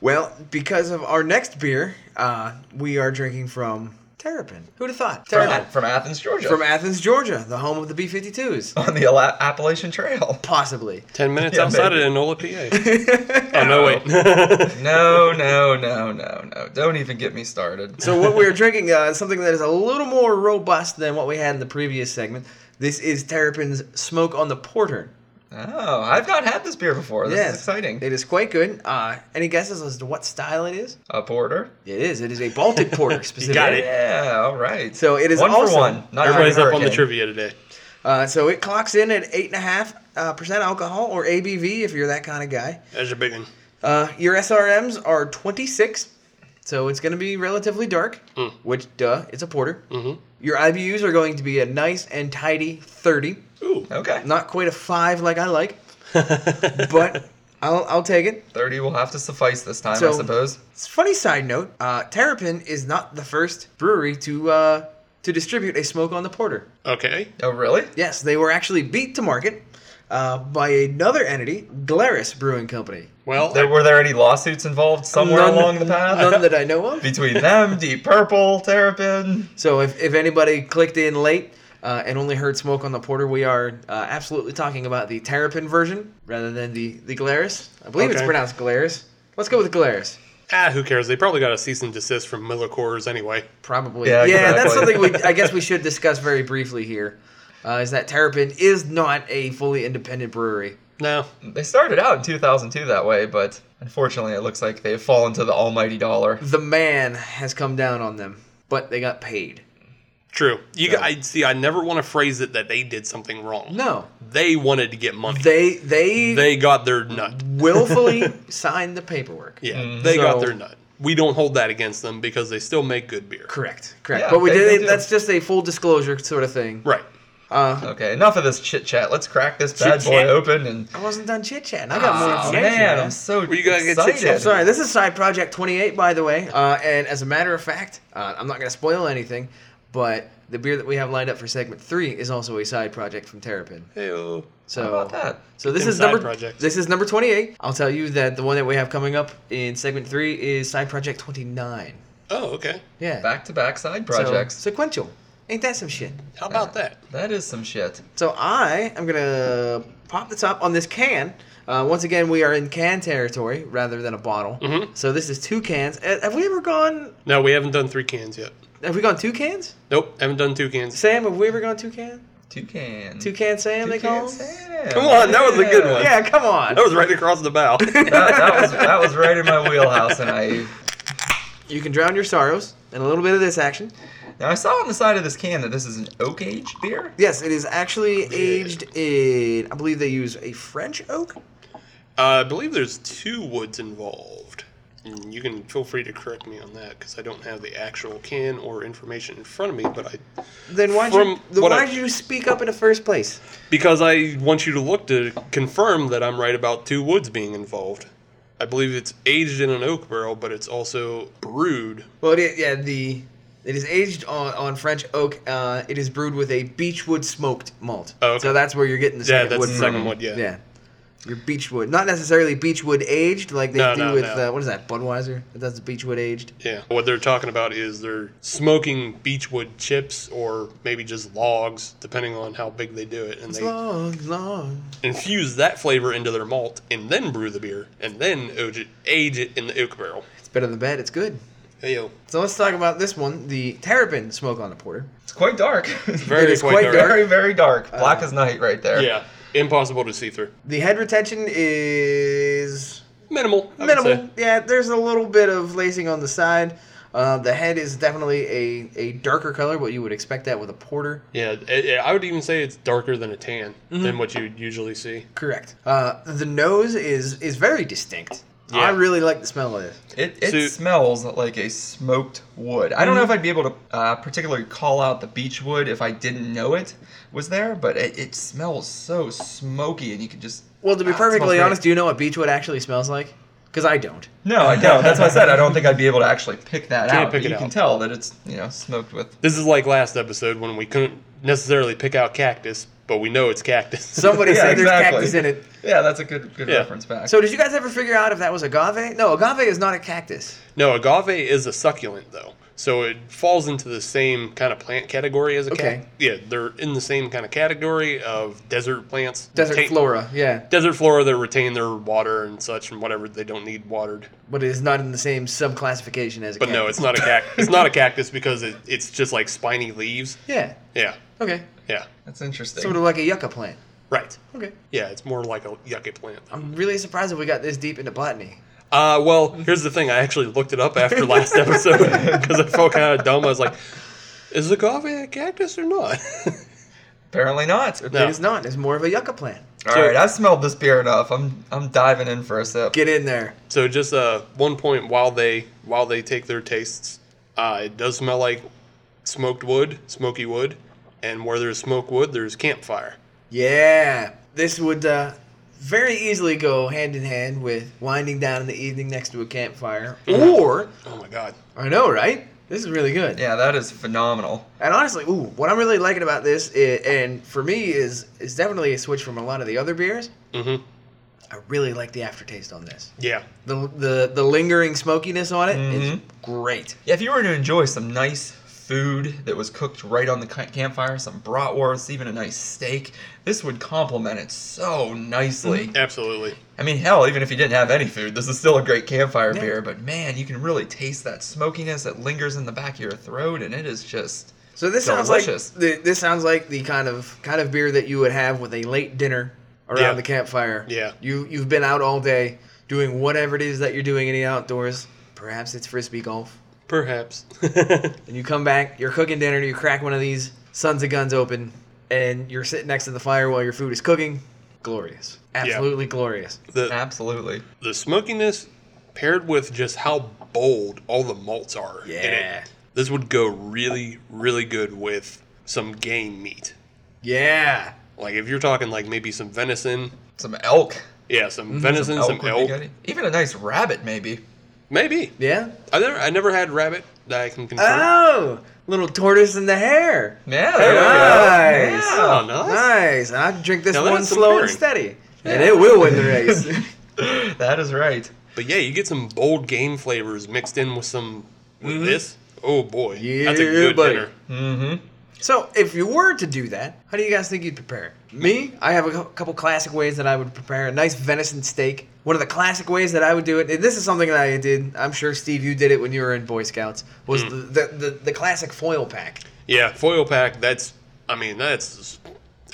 S3: Well, because of our next beer, uh, we are drinking from Terrapin. Who'd have thought?
S1: From,
S3: Terrapin.
S1: from Athens, Georgia,
S3: From Athens, Georgia, the home of the B 52s.
S1: on the Ala- Appalachian Trail. <laughs>
S3: Possibly.
S2: Ten minutes
S1: Yeah,
S2: outside
S1: maybe.
S2: of Enola, PA.
S1: <laughs>
S2: oh, no, <laughs> wait.
S1: No, no, no, no, no! Don't even get me started.
S3: So, what we're drinking uh, is something that is a little more robust than what we had in the previous segment. This is Terrapin's Smoke on the Porter.
S1: Oh, I've not had this beer before. Oh, This
S3: Yes.
S1: is exciting.
S3: It is quite good. Uh, any guesses as to what style it is?
S1: A porter.
S3: It is. It is a
S1: <laughs>
S3: Baltic Porter specifically.
S2: got it.
S1: Yeah, all right.
S3: So it is
S1: one
S3: also-
S1: for one. Not
S2: Everybody's
S1: even
S2: up on the
S1: hurricane.
S2: trivia today.
S3: Uh, so it clocks in at eight and a half uh, percent alcohol or ABV if you're that kind of guy.
S2: That's your big one.
S3: Uh, your SRMs are 26, so it's going to be relatively dark,
S1: Hmm.
S3: which duh, it's a porter.
S1: Mm-hmm.
S3: Your IBUs are going to be a nice and tidy 30,
S2: Ooh. <laughs>
S1: Okay.
S3: not quite a five like I like, but I'll I'll take it.
S1: Thirty will have to suffice this time, I
S3: So-
S1: suppose.
S3: It's a funny side note. Uh, Terrapin is not the first brewery to uh, to distribute a smoke on the porter.
S2: Okay.
S1: Oh, really?
S3: Yes, they were actually beat to market uh, by another entity, Glarus Brewing Company.
S2: Well,
S1: There, were there any lawsuits involved somewhere
S3: None-
S1: along the path?
S3: None that I know
S1: <laughs>
S3: of.
S1: Between them, Deep Purple, Terrapin.
S3: So if, if anybody clicked in late uh, and only heard smoke on the porter, we are uh, absolutely talking about the Terrapin version rather than the, the Glarus. I believe it's
S2: Okay.
S3: pronounced Glarus. Let's go with Glarus.
S2: ah, who cares? They probably got a cease and desist from Miller Coors anyway.
S3: Probably.
S1: Yeah,
S3: Yeah, that's
S1: exactly.
S3: something we,
S1: <laughs>
S3: I guess we should discuss very briefly here. Uh, is that Terrapin is not a fully independent brewery.
S2: No.
S1: They started out in 2002 that way, but unfortunately, it looks like they've fallen to the almighty dollar.
S3: The man has come down on them, but they got paid.
S2: True. You g I see. I never want to phrase it that they did something wrong.
S3: No,
S2: They wanted to get money.
S3: they they,
S2: They got their nut.
S3: willfully signed the paperwork.
S2: Yeah, they got
S3: So-
S2: their nut. We don't hold that against them because they still make good beer.
S3: Correct, correct.
S1: Yeah,
S3: but we
S1: they- they
S3: did.
S1: do.
S3: it That's just a full disclosure sort of thing.
S2: Right.
S3: Uh,
S1: Okay, enough of this chit chat. Let's crack this bad boy
S2: Chit-chat.
S1: open and.
S3: I wasn't done chit chatting. I got more
S1: Oh,
S3: information.
S1: man,
S3: Man,
S1: I'm so
S2: Were you gonna get
S1: excited.
S2: chit-chat?
S3: Sorry, this is Side Project 28, by the way. Uh, and as a matter of fact, uh, I'm not going to spoil anything, but the beer that we have lined up for segment three is also a side project from Terrapin.
S2: Hey-o.
S3: So,
S1: about that?
S3: so this
S2: them
S3: is number
S2: side projects.
S3: this is number 28. I'll tell you that the one that we have coming up in segment three is Side Project 29.
S2: Oh, okay.
S3: Yeah,
S1: Back to back side
S3: So,
S1: projects.
S3: sequential. Ain't that some shit?
S2: How about that?
S1: that is some shit.
S3: So I am gonna pop the top on this can. Uh, once again, we are in can territory rather than a bottle.
S2: Mhm.
S3: So this is two cans. Uh, Have we ever gone?
S2: No, we haven't done three cans yet.
S3: Have we gone two cans?
S2: Nope, haven't done two cans.
S3: Sam, have we ever gone two can?
S1: Two can.
S3: Two can Sam, they call him.
S1: Come
S2: Come on, that was a good one.
S3: Yeah, come on.
S2: <laughs> That was right across the <laughs> bow.
S1: That, that was that was right in my wheelhouse, and I
S3: You can drown your sorrows in a little bit of this action.
S1: now I saw on the side of this can that this is an oak aged beer.
S3: Yes, it is actually aged in. I believe they use a French oak.
S2: Uh, I believe there's two woods involved. And you can feel free to correct me on that because I don't have the actual can or information in front of me. But I,
S3: Then why'd you,
S2: From
S3: then
S2: what
S3: why'd
S2: I-
S3: you speak up in the first place?
S2: because I want you to look to confirm that I'm right about two woods being involved. I believe it's aged in an oak barrel, but it's also brewed.
S3: Well, it is, yeah, the it is aged on, on French oak. Uh, it is brewed with a beechwood smoked malt.
S2: Oh, okay.
S3: So that's where you're getting the
S2: Yeah,
S3: second
S2: that's
S3: wood
S2: the
S3: from.
S2: second one. Yeah.
S3: Yeah. Your beechwood, not necessarily beechwood aged, like they
S2: No,
S3: do
S2: no,
S3: with
S2: no.
S3: Uh, what is that Budweiser? That's beechwood aged.
S2: Yeah. What they're talking about is they're smoking beechwood chips or maybe just logs, depending on how big they do it, and they
S3: Long, long.
S2: infuse that flavor into their malt and then brew the beer and then age it, age it in the oak barrel.
S3: It's better than bad. It's good.
S2: Hey yo,
S3: So let's talk about this one, the Terrapin Smoke on the Porter.
S1: It's quite dark. <laughs>
S2: very
S3: is
S2: quite,
S3: quite
S2: dark.
S1: very, very dark.
S3: Uh,
S1: Black as night right there.
S2: Yeah, impossible to see through.
S3: The head retention is
S2: Minimal. I would
S3: minimal.
S2: say.
S3: Yeah, there's a little bit of lacing on the side. Uh, the head is definitely a, a darker color, what you would expect that with a porter.
S2: Yeah, I- I would even say it's darker than a tan than what you would usually see.
S3: Correct. Uh, the nose is is very distinct.
S2: Yeah.
S3: I really like the smell of it.
S1: It, it
S2: So-
S1: smells like a smoked wood. I don't
S3: Mm-hmm.
S1: know if I'd be able to uh, particularly call out the beech wood if I didn't know it was there, but it, it smells so smoky, and you can just.
S3: Well, to be
S1: Ah, it smells
S3: perfectly
S1: great.
S3: honest, do you know what beechwood actually smells like? Because
S1: <laughs>
S3: I don't.
S1: No, I don't. That's why I said I don't think I'd be able to actually pick that
S2: Can't
S1: out.
S2: pick
S1: but
S2: it
S1: you can
S2: out.
S1: tell that it's you know smoked with.
S2: This is like last episode when we couldn't necessarily pick out cactus, but we know it's cactus.
S3: Somebody
S1: Yeah,
S3: said there's
S1: exactly.
S3: cactus in it.
S1: Yeah, that's a good good
S2: Yeah.
S1: reference back.
S3: So did you guys ever figure out if that was agave? No, agave is not a cactus.
S2: no, agave is a succulent though, so it falls into the same kind of plant category as a
S3: Okay.
S2: cactus. Yeah, they're in the same kind of category of desert plants.
S3: Desert
S2: Take-
S3: flora, yeah.
S2: desert flora they retain their water and such and whatever they don't need watered
S3: But it is not in the same subclassification as a
S2: but no
S3: cactus.
S2: it's not a cactus it's not a cactus because it, it's just like spiny leaves
S3: Yeah.
S2: yeah
S3: Okay.
S2: yeah
S1: that's interesting.
S3: Sort of like a yucca plant.
S2: right
S3: Okay.
S2: yeah it's more like a yucca plant
S3: I'm really surprised that we got this deep into botany.
S2: uh, well here's the thing i actually looked it up after
S3: <laughs>
S2: last episode <laughs> because i felt kind of dumb i was like is agave a cactus or not <laughs>
S1: Apparently not. All
S2: No.
S3: It is not. It's more of a yucca plant.
S2: So-
S1: right, I've smelled this beer enough. I'm I'm diving in for a sip.
S3: Get in there.
S2: So just uh, one point while they while they take their tastes, uh, it does smell like smoked wood, smoky wood, and where there's smoked wood, there's campfire.
S3: Yeah. This would uh, very easily go hand in hand with winding down in the evening next to a campfire. Or,
S2: Oh my god!
S3: I know, right? This is really good.
S1: Yeah, that is phenomenal.
S3: And honestly, ooh, what I'm really liking about this, i and for me, is is definitely a switch from a lot of the other beers.
S2: hmm
S3: I really like the aftertaste on this.
S2: Yeah,
S3: The the the lingering smokiness on it is
S1: Mhm.
S3: great.
S1: Yeah, if you were to enjoy some nice food that was cooked right on the ca- campfire, some bratwurst, even a nice steak, this would complement it so nicely.
S2: absolutely.
S1: I mean, hell, even if you didn't have any food, this is still a great campfire
S3: Yeah.
S1: beer, but man, you can really taste that smokiness that lingers in the back of your throat, and it is just.
S3: So this
S1: Delicious.
S3: sounds like the, this sounds like the kind of kind of beer that you would have with a late dinner around
S2: Yeah.
S3: the campfire.
S2: Yeah.
S3: You you've been out all day doing whatever it is that you're doing in the outdoors. Perhaps it's frisbee golf.
S2: Perhaps. <laughs>
S3: And you come back, you're cooking dinner, you crack one of these sons of guns open, and you're sitting next to the fire while your food is cooking. Glorious. Absolutely glorious.
S2: the
S1: Absolutely.
S2: the smokiness paired with just how bold all the malts are. in it,
S3: Yeah.
S2: this would go really really good with some game meat.
S3: Yeah.
S2: Like if you're talking like maybe some venison,
S1: Some elk.
S2: yeah, some venison, Mm-hmm. some
S1: would be
S2: elk,
S1: good. Even a nice rabbit, maybe.
S2: maybe.
S3: Yeah.
S2: I never, I never had rabbit that I can confirm.
S3: Oh, little tortoise in the hair.
S1: Yeah, there we go.
S3: Nice.
S1: Yeah.
S2: oh, nice.
S3: Nice. And I can drink this
S2: Now
S3: one
S2: that's some
S3: slow and
S2: pairing.
S3: steady. And it will win the race. <laughs>
S1: <laughs> that is right.
S2: But yeah, you get some bold game flavors mixed in with some with this. Oh boy, that's a
S3: Mm-hmm. Yeah,
S2: good
S3: buddy.
S2: dinner.
S1: Mm-hmm.
S3: so, if you were to do that, how do you guys think you'd prepare it? Me, I have a cou- couple classic ways that I would prepare a nice venison steak. One of the classic ways that I would do it, and this is something that I did, I'm sure, Steve, you did it when you were in Boy Scouts, was
S1: Hmm.
S3: the, the, the, the classic foil pack.
S2: Yeah, foil pack. That's, I mean, that's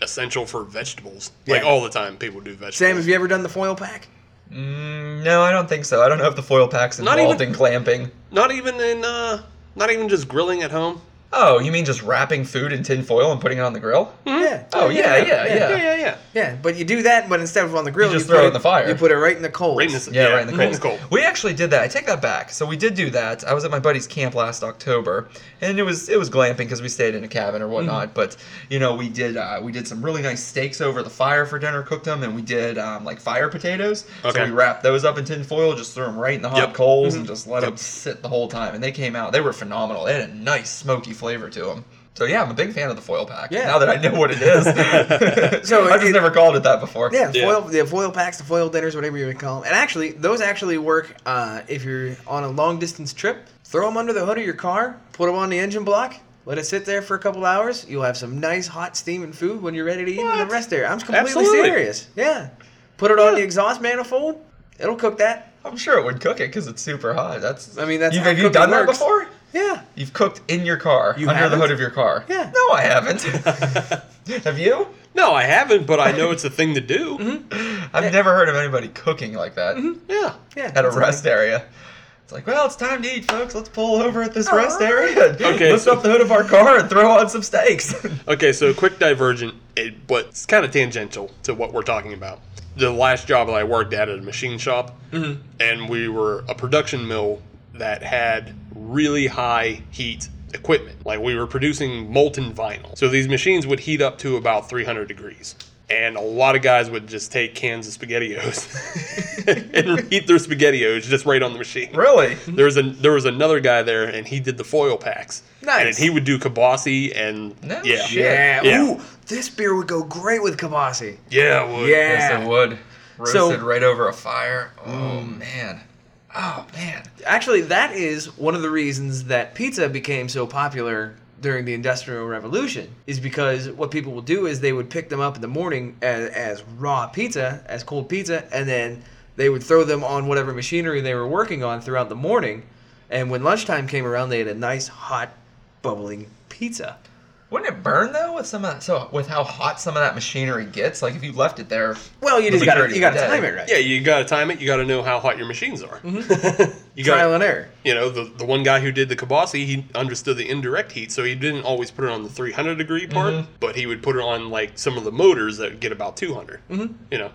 S2: essential for vegetables. Like
S3: Yeah.
S2: all the time, people do vegetables.
S3: Sam, have you ever done the foil pack?
S1: Mm, no, I don't think so. I don't know if the foil pack's
S2: Not
S1: involved
S2: even-
S1: in clamping.
S2: Not even in, uh, not even just grilling at home.
S1: Oh, you mean just wrapping food in tin foil and putting it on the grill?
S3: Yeah.
S1: Oh, yeah, yeah,
S2: Yeah,
S1: yeah.
S2: yeah, yeah.
S3: Yeah, but you do that, but instead of on the grill,
S1: You just
S3: put
S1: throw it in the fire.
S3: You put it right in the coals.
S2: Right in this,
S1: Yeah, right in the cold.
S2: It's cold.
S1: We actually did that. I take that back. So we did do that. I was at my buddy's camp last October, and it was it was glamping because we stayed in a cabin or
S3: Mm-hmm.
S1: whatnot. But you know, we did uh, we did some really nice steaks over the fire for dinner, cooked them, and we did um, like fire potatoes. So
S2: Okay.
S1: we wrapped those up in tin foil, just threw them right in the hot
S2: Yep.
S1: coals,
S3: Mm-hmm.
S1: and just let
S2: Yep.
S1: them sit the whole time. And they came out. They were phenomenal. They had a nice smoky flavor to them. So yeah, I'm a big fan of the foil pack.
S3: Yeah.
S1: Now that I know what it is,
S3: <laughs> So
S1: so I've just
S3: it-
S1: never called it that before.
S3: Yeah,
S2: Yeah.
S3: foil, the foil packs, the foil dinners, whatever you would call them. And actually, those actually work uh, if you're on a long distance trip. Throw them under the hood of your car, put them on the engine block, let it sit there for a couple hours. You'll have some nice hot steaming food when you're ready to eat in
S2: What?
S3: the rest area. I'm completely
S2: Absolutely.
S3: serious. Yeah, put it on the exhaust manifold. It'll cook that.
S1: I'm sure it would cook it because it's super hot. That's
S3: I mean, that's
S1: You've-
S3: how
S1: have you
S3: cooking
S1: done that
S3: works.
S1: before?
S3: Yeah,
S1: You've cooked in your car
S3: You
S1: under the
S3: haven't?
S1: hood of your car.
S3: Yeah.
S1: No, I
S3: <laughs>
S1: haven't. have you?
S2: <laughs> No, I haven't, but I know it's a thing to do.
S3: Mm-hmm.
S1: I've never heard of anybody cooking like that
S2: Yeah.
S3: yeah.
S1: at a
S3: Mm-hmm. that's thing.
S1: rest area. It's like, well, it's time to eat, folks. Let's pull over at
S3: Oh,
S1: this rest area. And
S2: Okay,
S1: Lift
S2: so-
S1: up the hood of our car and throw on some steaks. <laughs>
S2: Okay, so quick divergent, it, but it's kind of tangential to what we're talking about. The last job that I worked at at a machine shop,
S1: Mm-hmm.
S2: and we were a production mill that had really high heat equipment. Like we were producing molten vinyl. So these machines would heat up to about 300 degrees. And a lot of guys would just take cans of SpaghettiOs <laughs> and eat their SpaghettiOs just right on the machine.
S1: really?
S2: There was a there was another guy there, and he did the foil packs.
S3: Nice.
S2: And he would do kibasi and
S1: No
S2: yeah,
S1: shit.
S3: Yeah.
S2: Yeah.
S3: Ooh, this beer would go great with kibasi.
S2: yeah, it would.
S3: Yeah.
S1: Yes, it would. Roasted
S3: So- Mm.
S1: right over a fire. Oh, man. Oh, man.
S3: Actually, that is one of the reasons that pizza became so popular during the Industrial Revolution, is because what people would do is they would pick them up in the morning as, as raw pizza, as cold pizza, and then they would throw them on whatever machinery they were working on throughout the morning. And when lunchtime came around, they had a nice, hot, bubbling pizza.
S1: Wouldn't it burn though with some of that? So with how hot some of that machinery gets, like if you left it there,
S3: Well, you
S1: The
S3: just got to
S1: majority
S3: you got to
S1: of the
S3: time
S1: day.
S3: it right.
S2: Yeah, you gotta time it. You gotta know how hot your machines are. <laughs> you
S3: Mm-hmm. Trial
S2: got
S3: and error.
S2: you know the, the one guy who did the kibasi, he understood the indirect heat, so he didn't always put it on the 300 degree part,
S3: Mm-hmm.
S2: but he would put it on like some of the motors that get about 200. Mm-hmm. You know,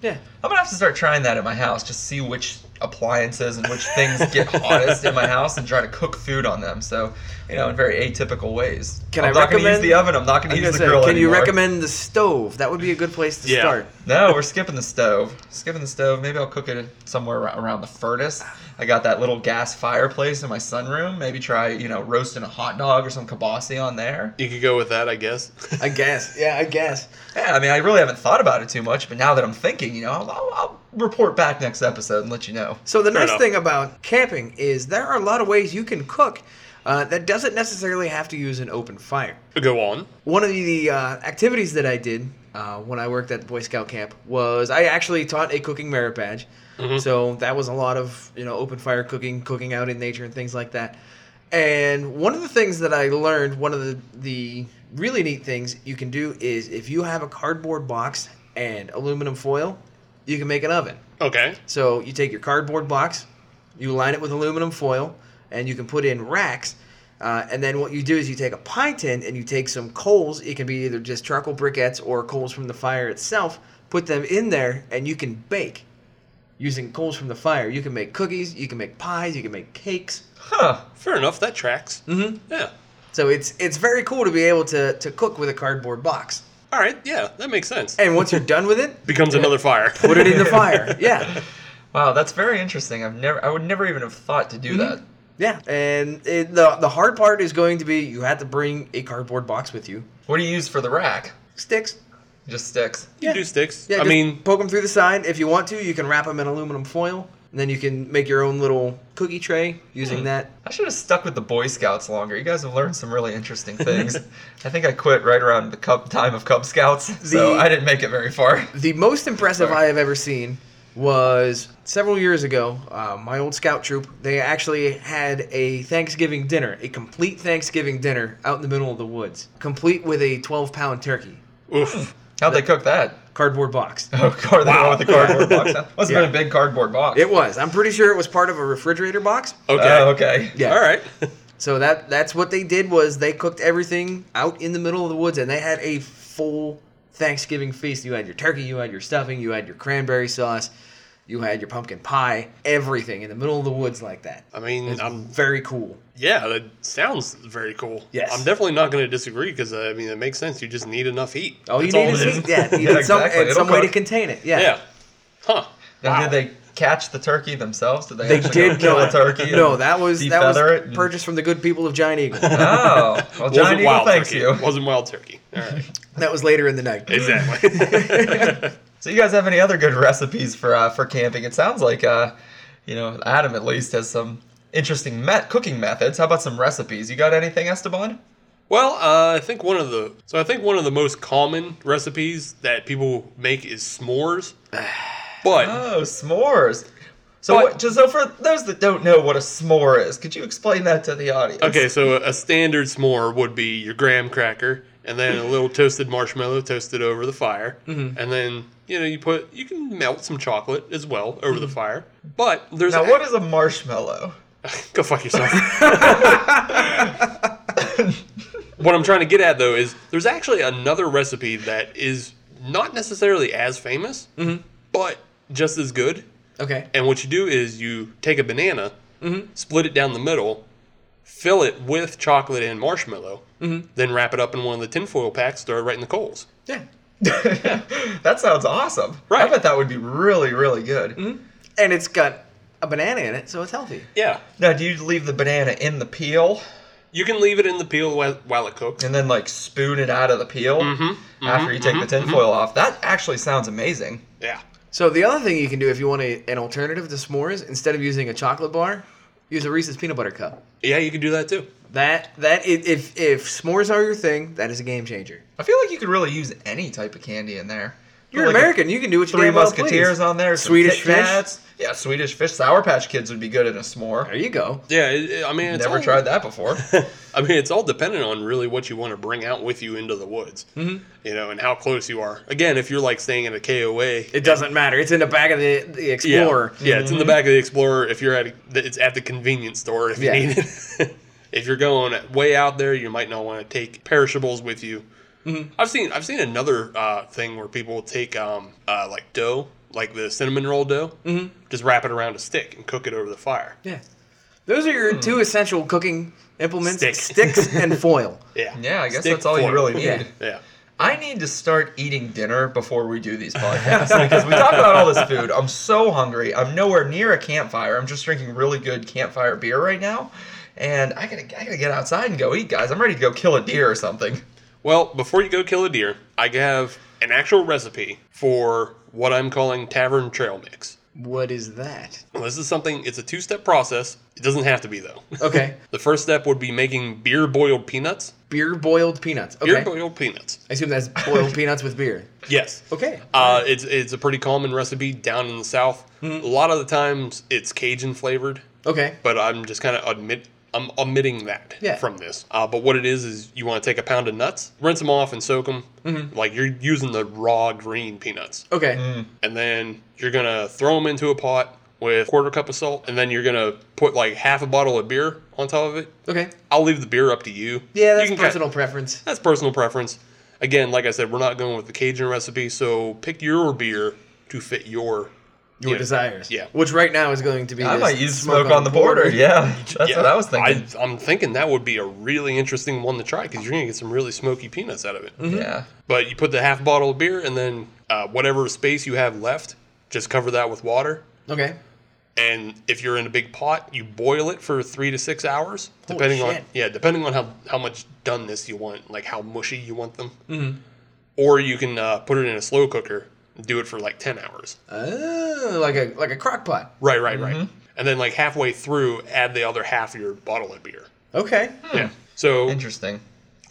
S3: Yeah.
S1: I'm gonna have to start trying that at my house. Just see which appliances and which things
S3: <laughs>
S1: get hottest in my house, and try to cook food on them. So you know, in very atypical ways.
S3: Can
S1: I'm
S3: I
S1: not gonna use
S3: recommend-
S1: the oven. I'm not gonna
S3: I was
S1: use
S3: gonna
S1: the
S3: say,
S1: grill
S3: can you
S1: anymore.
S3: recommend the stove? That would be a good place to
S2: Yeah.
S3: start.
S1: No, we're skipping the stove. Skipping the stove. Maybe I'll cook it somewhere ar- around the furnace. I got that little gas fireplace in my sunroom. Maybe try you know roasting a hot dog or some kibasi on there.
S2: you could go with that, I guess. <laughs>
S3: I guess. Yeah, I guess.
S1: Yeah, I mean, I really haven't thought about it too much, but now that I'm thinking, you know, I'll, I'll, I'll report back next episode and let you know.
S3: So the nice
S2: enough.
S3: thing about camping is there are a lot of ways you can cook uh, that doesn't necessarily have to use an open fire.
S2: go on.
S3: One of the uh, activities that I did uh, when I worked at the Boy Scout camp was I actually taught a cooking merit badge. So that was a lot of you know open fire cooking, cooking out in nature, and things like that. And one of the things that I learned, one of the, the really neat things you can do is if you have a cardboard box and aluminum foil, you can make an oven.
S2: Okay.
S3: So you take your cardboard box, you line it with aluminum foil, and you can put in racks. Uh, and then what you do is you take a pie tin and you take some coals. It can be either just charcoal briquettes or coals from the fire itself. Put them in there, and you can bake using coals from the fire. You can make cookies, you can make pies, you can make cakes.
S1: Huh.
S2: Fair enough. That tracks. Mm-hmm. Yeah.
S3: So it's it's very cool to be able to to cook with a cardboard box.
S2: All right. Yeah, that makes sense.
S3: And once you're done with it,
S2: Becomes another fire.
S3: put it in the fire. Yeah.
S1: Wow, that's very interesting. I've never, I would never even have thought to do
S3: Mm-hmm.
S1: that.
S3: Yeah, and it, the the hard part is going to be you had to bring a cardboard box with you.
S1: What do you use for the rack?
S3: Sticks.
S1: Just sticks.
S2: <laughs> You
S3: Yeah.
S2: do sticks. I
S3: Yeah, just
S2: mean,
S3: poke them through the side if you want to. You can wrap them in aluminum foil, and then you can make your own little cookie tray using
S2: Hmm.
S3: that.
S1: I should have stuck with the Boy Scouts longer. You guys have learned some really interesting
S3: <laughs>
S1: things. I think I quit right around the Cub, time of Cub Scouts, <laughs> so
S3: The-
S1: I didn't make it very far.
S3: The most impressive
S1: Sorry.
S3: I have ever seen was several years ago. Uh, my old scout troop they actually had a Thanksgiving dinner, a complete Thanksgiving dinner out in the middle of the woods, complete with a twelve pound turkey <laughs>
S2: oof.
S1: How'd they cook that? <laughs>
S2: <laughs>
S3: cardboard box.
S1: Oh, car, wow. with the cardboard box.
S3: <laughs>
S1: That must have
S3: Yeah.
S1: been a big cardboard box.
S3: It was. I'm pretty sure it was part of a refrigerator box.
S2: Okay.
S1: Oh, okay.
S3: Yeah.
S2: All right. <laughs>
S3: So that that's what they did was they cooked everything out in the middle of the woods and they had a full Thanksgiving feast. You had your turkey, you had your stuffing, you had your cranberry sauce, you had your pumpkin pie, everything in the middle of the woods like that. Um,
S2: I mean, I'm
S3: Very cool.
S2: yeah, that sounds very cool.
S3: Yes.
S2: I'm definitely not going to disagree because uh, I mean it makes sense. You just need enough heat.
S3: Oh, you
S2: That's
S3: need
S2: all it
S3: to
S2: is.
S1: <laughs>
S3: see, yeah, you
S1: Yeah,
S3: need some,
S1: exactly.
S3: and
S1: It'll
S3: some way to
S1: cook.
S3: contain it. Yeah.
S2: <laughs> Yeah. Huh.
S1: Now,
S2: Wow.
S1: did they catch the turkey themselves? Did they?
S3: They
S1: actually
S3: did
S1: kill
S3: no,
S1: a turkey.
S3: No,
S1: and
S3: that was that
S1: defeather it
S3: was
S1: and-
S3: purchased from the good people of
S1: <laughs>
S3: Giant Eagle. <laughs>
S1: Oh, well, John
S2: Wasn't
S1: Eagle,
S2: wild
S1: thanks
S2: turkey.
S1: you.
S2: Wasn't wild turkey.
S1: <laughs>
S2: All right.
S3: that was later in the night.
S2: exactly. <laughs>
S1: So, you guys have any other good recipes for uh, for camping? It sounds like, uh, you know, Adam at least has some interesting met- cooking methods. How about some recipes? You got anything, Esteban?
S2: Well, uh, I think one of the so I think one of the most common recipes that people make is
S3: <sighs>
S2: s'mores. But
S1: Oh, s'mores. So,
S2: But-
S1: what, just so for those that don't know what a s'more is, could you explain that to the audience?
S2: okay, so a standard s'more would be your graham cracker and then a little toasted marshmallow toasted over the fire,
S1: Mm-hmm.
S2: and then you know you put you can melt some chocolate as well over the fire. But there's
S1: Mm-hmm. Now,
S2: a-
S1: what is a marshmallow?
S2: <laughs>
S1: <laughs>
S2: Go fuck yourself. <laughs> what I'm trying to get at though is there's actually another recipe that is not necessarily as famous,
S1: Mm-hmm.
S2: but just as good.
S3: Okay.
S2: And what you do is you take a banana,
S1: Mm-hmm.
S2: split it down the middle, fill it with chocolate and marshmallow,
S1: Mm-hmm.
S2: then wrap it up in one of the tinfoil packs, throw it right in the coals.
S3: Yeah.
S1: that sounds awesome. I
S2: Right. Mm-hmm.
S1: bet that would be really, really good.
S3: And it's got a banana in it, so it's healthy.
S2: Yeah.
S1: Now, do you leave the banana in the peel
S2: You can leave it in the peel while, while it cooks.
S1: and then like spoon it out of the peel
S2: Mm-hmm.
S1: after you take the tinfoil off? That actually sounds amazing.
S2: Yeah.
S3: So the other thing you can do if you want a, an alternative to s'mores, instead of using a chocolate bar, use a Reese's peanut butter cup.
S2: Yeah, you can do that too.
S3: That that i- if if s'mores are your thing, that is a game changer.
S1: I feel like you could really use any type of candy in there.
S3: You're
S1: Like a
S3: American. You can do what you
S1: Three
S3: damn well
S1: Musketeers
S3: please.
S1: on there. some
S3: Swedish
S1: Kit
S3: fish.
S1: Kats. Yeah, Swedish fish. Sour Patch Kids would be good in a s'more.
S3: There you go.
S2: Yeah, it- it- I mean, it's
S1: Never
S2: all-
S1: tried that
S3: <laughs>
S1: before.
S2: <laughs> I mean, it's all dependent on really what you want to bring out with you into the woods, mm-hmm. you know, and how close you are. Again, if you're like staying in a KOA,
S3: It doesn't matter. It's in the back of the, the
S2: yeah,
S3: Explorer.
S2: yeah, it's in the back of the Explorer. If you're at, a, it's at the convenience store if
S3: Yeah.
S2: you need it. <laughs> if you're going way out there, you might not want to take perishables with you.
S1: Mm-hmm.
S2: I've seen, I've seen another uh, thing where people take um, uh, like dough, like the cinnamon roll dough, mm-hmm. just wrap it around a stick and cook it over the fire.
S3: Yeah. Those are your two essential cooking implements:
S2: Stick.
S3: sticks and foil.
S2: Yeah,
S1: Yeah, I guess
S2: Stick
S1: that's all you
S2: fork.
S1: really need.
S3: Yeah.
S2: <laughs> Yeah.
S1: I need to start eating dinner before we do
S3: <laughs>
S1: these podcasts because we talk about all this food. I'm so hungry. I'm nowhere near a campfire. I'm just drinking really good campfire beer right now. And I gotta, I gotta get outside and go eat, guys. I'm ready to go kill a deer or something.
S2: Well, before you go kill a deer, I have an actual recipe for what I'm calling tavern trail mix.
S3: What is that?
S2: Well, This is something, it's a two step process. It doesn't have to be, though.
S3: Okay.
S2: the first step would be making beer boiled peanuts.
S3: beer boiled peanuts. Okay.
S2: Beer boiled peanuts.
S3: I assume that's boiled peanuts with beer.
S2: Yes.
S3: Okay.
S2: Uh, it's, it's a pretty common recipe down in the South.
S3: Mm-hmm.
S2: A lot of the times it's Cajun flavored,
S3: Okay.
S2: but I'm just kind of admit I'm omitting that
S3: Yeah.
S2: from this. Uh, but what it is is you want to take a pound of nuts, rinse them off, and soak them.
S3: Mm-hmm.
S2: Like you're using the raw green peanuts,
S3: Okay.
S2: and then you're gonna throw them into a pot with a quarter cup of salt, and then you're gonna put like half a bottle of beer on top of it.
S3: Okay.
S2: I'll leave the beer up to you.
S3: Yeah,
S2: You
S3: that's
S2: can cut-
S3: personal preference.
S2: that's personal preference. Again, like I said, we're not going with the Cajun recipe, so pick your beer to fit your
S3: Your
S2: yeah.
S3: desires.
S2: Yeah.
S3: Which right now is going to be.
S1: I
S3: this
S1: might use smoke, on, the border. <laughs> Yeah, that's what I was thinking.
S2: I, am thinking that would be a really interesting one to try because you're gonna get some really smoky peanuts out of it.
S1: Yeah.
S2: But you put the half bottle of beer and then uh, whatever space you have left, just cover that with water.
S3: Okay.
S2: And if you're in a big pot, you boil it for three to six hours,
S3: Holy
S2: depending
S3: shit.
S2: on yeah, depending on how how much doneness you want, like how mushy you want them. Mm-hmm. Or you can uh, put it in a slow cooker, and do it for like ten hours.
S3: Oh, like a like a crock pot.
S2: Right, right, right. And then like halfway through, add the other half of your bottle of beer.
S3: Okay.
S2: Yeah. So
S1: Interesting.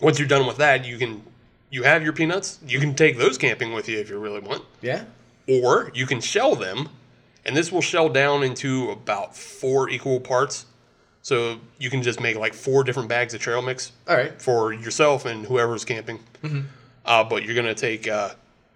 S2: once you're done with that, you can you have your peanuts. You can take those camping with you if you really want,
S3: Yeah.
S2: or you can shell them, and this will shell down into about four equal parts. So you can just make like four different bags of trail mix
S3: All right.
S2: for yourself and whoever's camping.
S1: Mm-hmm.
S2: Uh, but you're gonna take uh,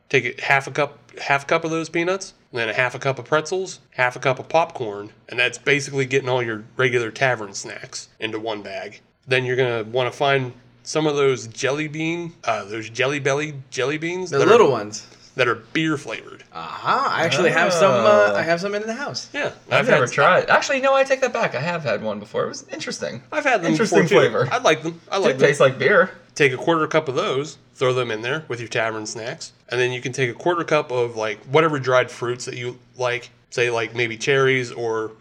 S2: take it half a cup half cup of those peanuts, and then a half a cup of pretzels, half a cup of popcorn, and that's basically getting all your regular tavern snacks into one bag. Then you're gonna want to find some of those jelly bean, uh, those jelly belly jelly beans,
S3: The
S2: that
S3: little
S2: are,
S3: ones.
S2: that are beer flavored.
S1: Uh,
S3: Aha! I actually have some. Uh,
S1: Oh.
S3: I have some in the house.
S2: Yeah,
S1: I've, never
S2: had,
S1: tried. Actually, no, I take that back. I have had one before. It was interesting.
S2: I've had them.
S1: Interesting
S2: before, too.
S1: flavor.
S2: I like them. I
S1: It
S2: like
S1: did
S2: them.
S1: taste like beer.
S2: take a quarter cup of those, throw them in there with your tavern snacks, and then you can take a quarter cup of like whatever dried fruits that you like, say like maybe cherries or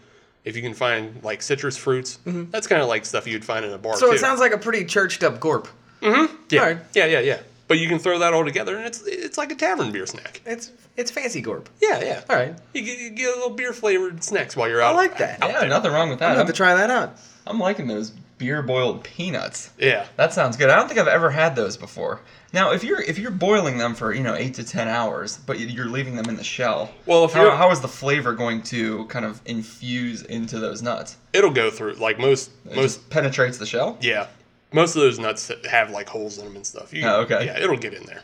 S2: if you can find like citrus fruits. That's kind of like stuff you'd find in a bar
S3: Mm-hmm.
S2: too.
S3: So
S2: Mm-hmm.
S3: it sounds like a pretty churched up gorp.
S2: yeah.
S3: alright.
S2: yeah, yeah, yeah. But you can throw that all together and it's it's like a tavern beer snack.
S3: It's it's fancy gorp.
S2: Yeah, yeah.
S3: All right,
S2: You get, you get a little beer flavored snacks while you're out.
S3: I like that. I'm
S1: Yeah, nothing wrong with
S3: gonna
S1: that.
S3: have
S1: I'm,
S3: to try that out.
S1: I'm liking those beer boiled peanuts.
S2: Yeah.
S1: That sounds good. I don't think I've ever had those before. Now, if you're if you're boiling them for you know eight to ten hours, but you- you're leaving them in the shell,
S2: Well, if
S1: how,
S2: you're-
S1: how is the flavor going to kind of infuse into those nuts?
S2: It'll go through like most
S1: It
S2: most
S1: just penetrates the shell.
S2: yeah. Most of those nuts have like holes in them and stuff. You,
S1: Oh, okay.
S2: Yeah, it'll get in there.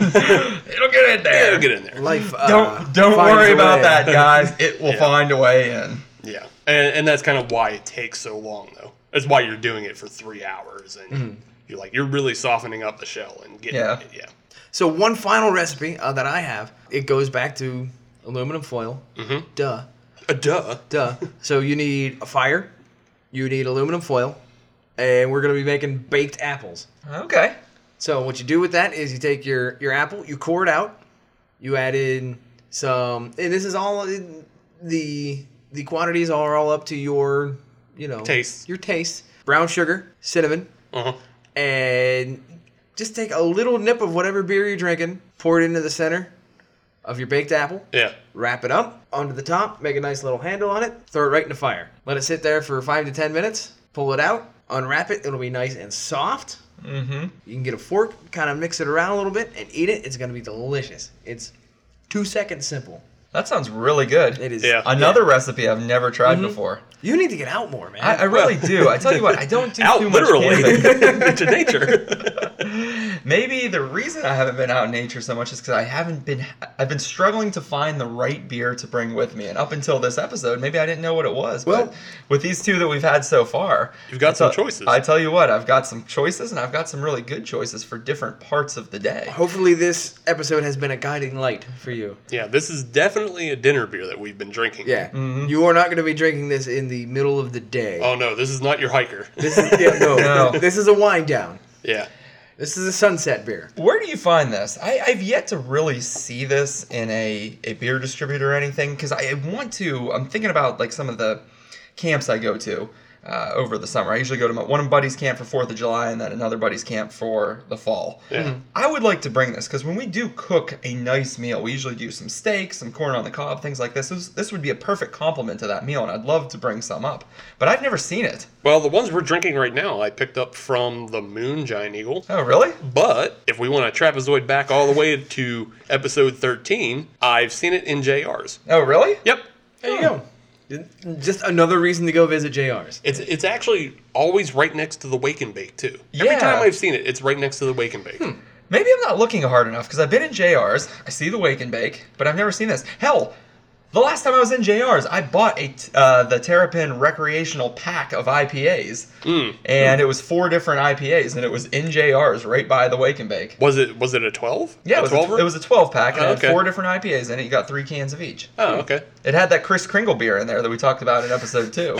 S1: It'll get in there.
S2: It'll get in there.
S3: Life. Uh,
S1: don't don't
S3: finds
S1: worry
S3: a
S1: about
S3: way.
S1: that, guys. It will
S2: Yeah.
S1: find a way in.
S2: Yeah, and, and that's kind of why it takes so long, though. That's why you're doing it for three hours, and you're like you're really softening up the shell and getting
S1: Yeah.
S2: it. Yeah,
S3: So one final recipe uh, that I have. It goes back to aluminum foil. Mm-hmm. Duh,
S2: uh, duh.
S3: duh. so you need a fire. You need aluminum foil, and we're gonna be making baked apples.
S1: Okay.
S3: So what you do with that is you take your your apple, you core it out, you add in some, and this is all in- the the quantities are all up to your you know
S2: Taste.
S3: your taste. Brown sugar, cinnamon,
S2: Uh-huh.
S3: and just take a little nip of whatever beer you're drinking, pour it into the center of your baked apple,
S2: Yeah,
S3: wrap it up onto the top, make a nice little handle on it, throw it right in the fire. Let it sit there for five to ten minutes. Pull it out, unwrap it. It'll be nice and soft.
S1: Mm-hmm.
S3: You can get a fork, kind of mix it around a little bit, and eat it. It's gonna be delicious. It's two seconds simple.
S1: That sounds really good.
S3: It is.
S2: Yeah. Mm-hmm.
S1: Another recipe I've never tried before.
S3: You need to get out more, man.
S1: I, I really do. I tell you what, I don't do
S2: <laughs> out
S1: too much
S2: literally
S1: camping.
S2: <laughs> to nature.
S1: Maybe the reason I haven't been out in nature so much is because I haven't been. I've been struggling to find the right beer to bring with me, and up until this episode, maybe I didn't know what it was.
S3: Well-
S1: but with these two that we've had so far,
S2: You've got
S1: I tell-
S2: some choices.
S1: I tell you what, I've got some choices, and I've got some really good choices for different parts of the day.
S3: Hopefully, this episode has been a guiding light for you.
S2: yeah, this is definitely a dinner beer that we've been drinking.
S3: Yeah,
S1: Mm-hmm.
S3: you are not going to be drinking this in the middle of the day.
S2: Oh no, this is not your hiker.
S3: This is yeah,
S1: <laughs>
S3: no,
S1: No.
S3: This is a wind down.
S2: <laughs> yeah.
S3: This is a sunset beer.
S1: Where do you find this? I, I've yet to really see this in a, a beer distributor or anything because I want to. I'm thinking about like some of the camps I go to uh, over the summer. I usually go to my, one buddy's camp for Fourth of July and then another buddy's camp for the fall.
S2: Yeah.
S1: I would like to bring this because when we do cook a nice meal, we usually do some steak, some corn on the cob, things like this. This, this would be a perfect complement to that meal, and I'd love to bring some up. But I've never seen it.
S2: Well, the ones we're drinking right now, I picked up from the Moon Giant Eagle.
S1: Oh, really?
S2: But if we want to trapezoid back all the way to episode 13, I've seen it in JRs.
S1: Oh, really?
S2: Yep.
S3: There you go. Just another reason to go visit JR's.
S2: It's it's actually always right next to the Wake and Bake too. Every
S1: Yeah.
S2: time I've seen it, it's right next to the Wake and Bake.
S1: Maybe I'm not looking hard enough because I've been in JRs. I see the Wake and Bake, but I've never seen this. Hell, the last time I was in JRs, I bought a t- uh, the Terrapin recreational pack of IPAs,
S2: Mm.
S1: and it was four different IPAs, and it was in JRs right by the Wake and Bake.
S2: Was it was it a twelve?
S1: Yeah,
S2: a
S1: it was, a, it was a 12 pack, and
S2: Oh,
S1: it
S2: okay.
S1: had four different IPAs in it. You got three cans of each.
S2: Oh, okay. <laughs>
S1: It had that Chris Kringle beer in there that we talked about in episode two.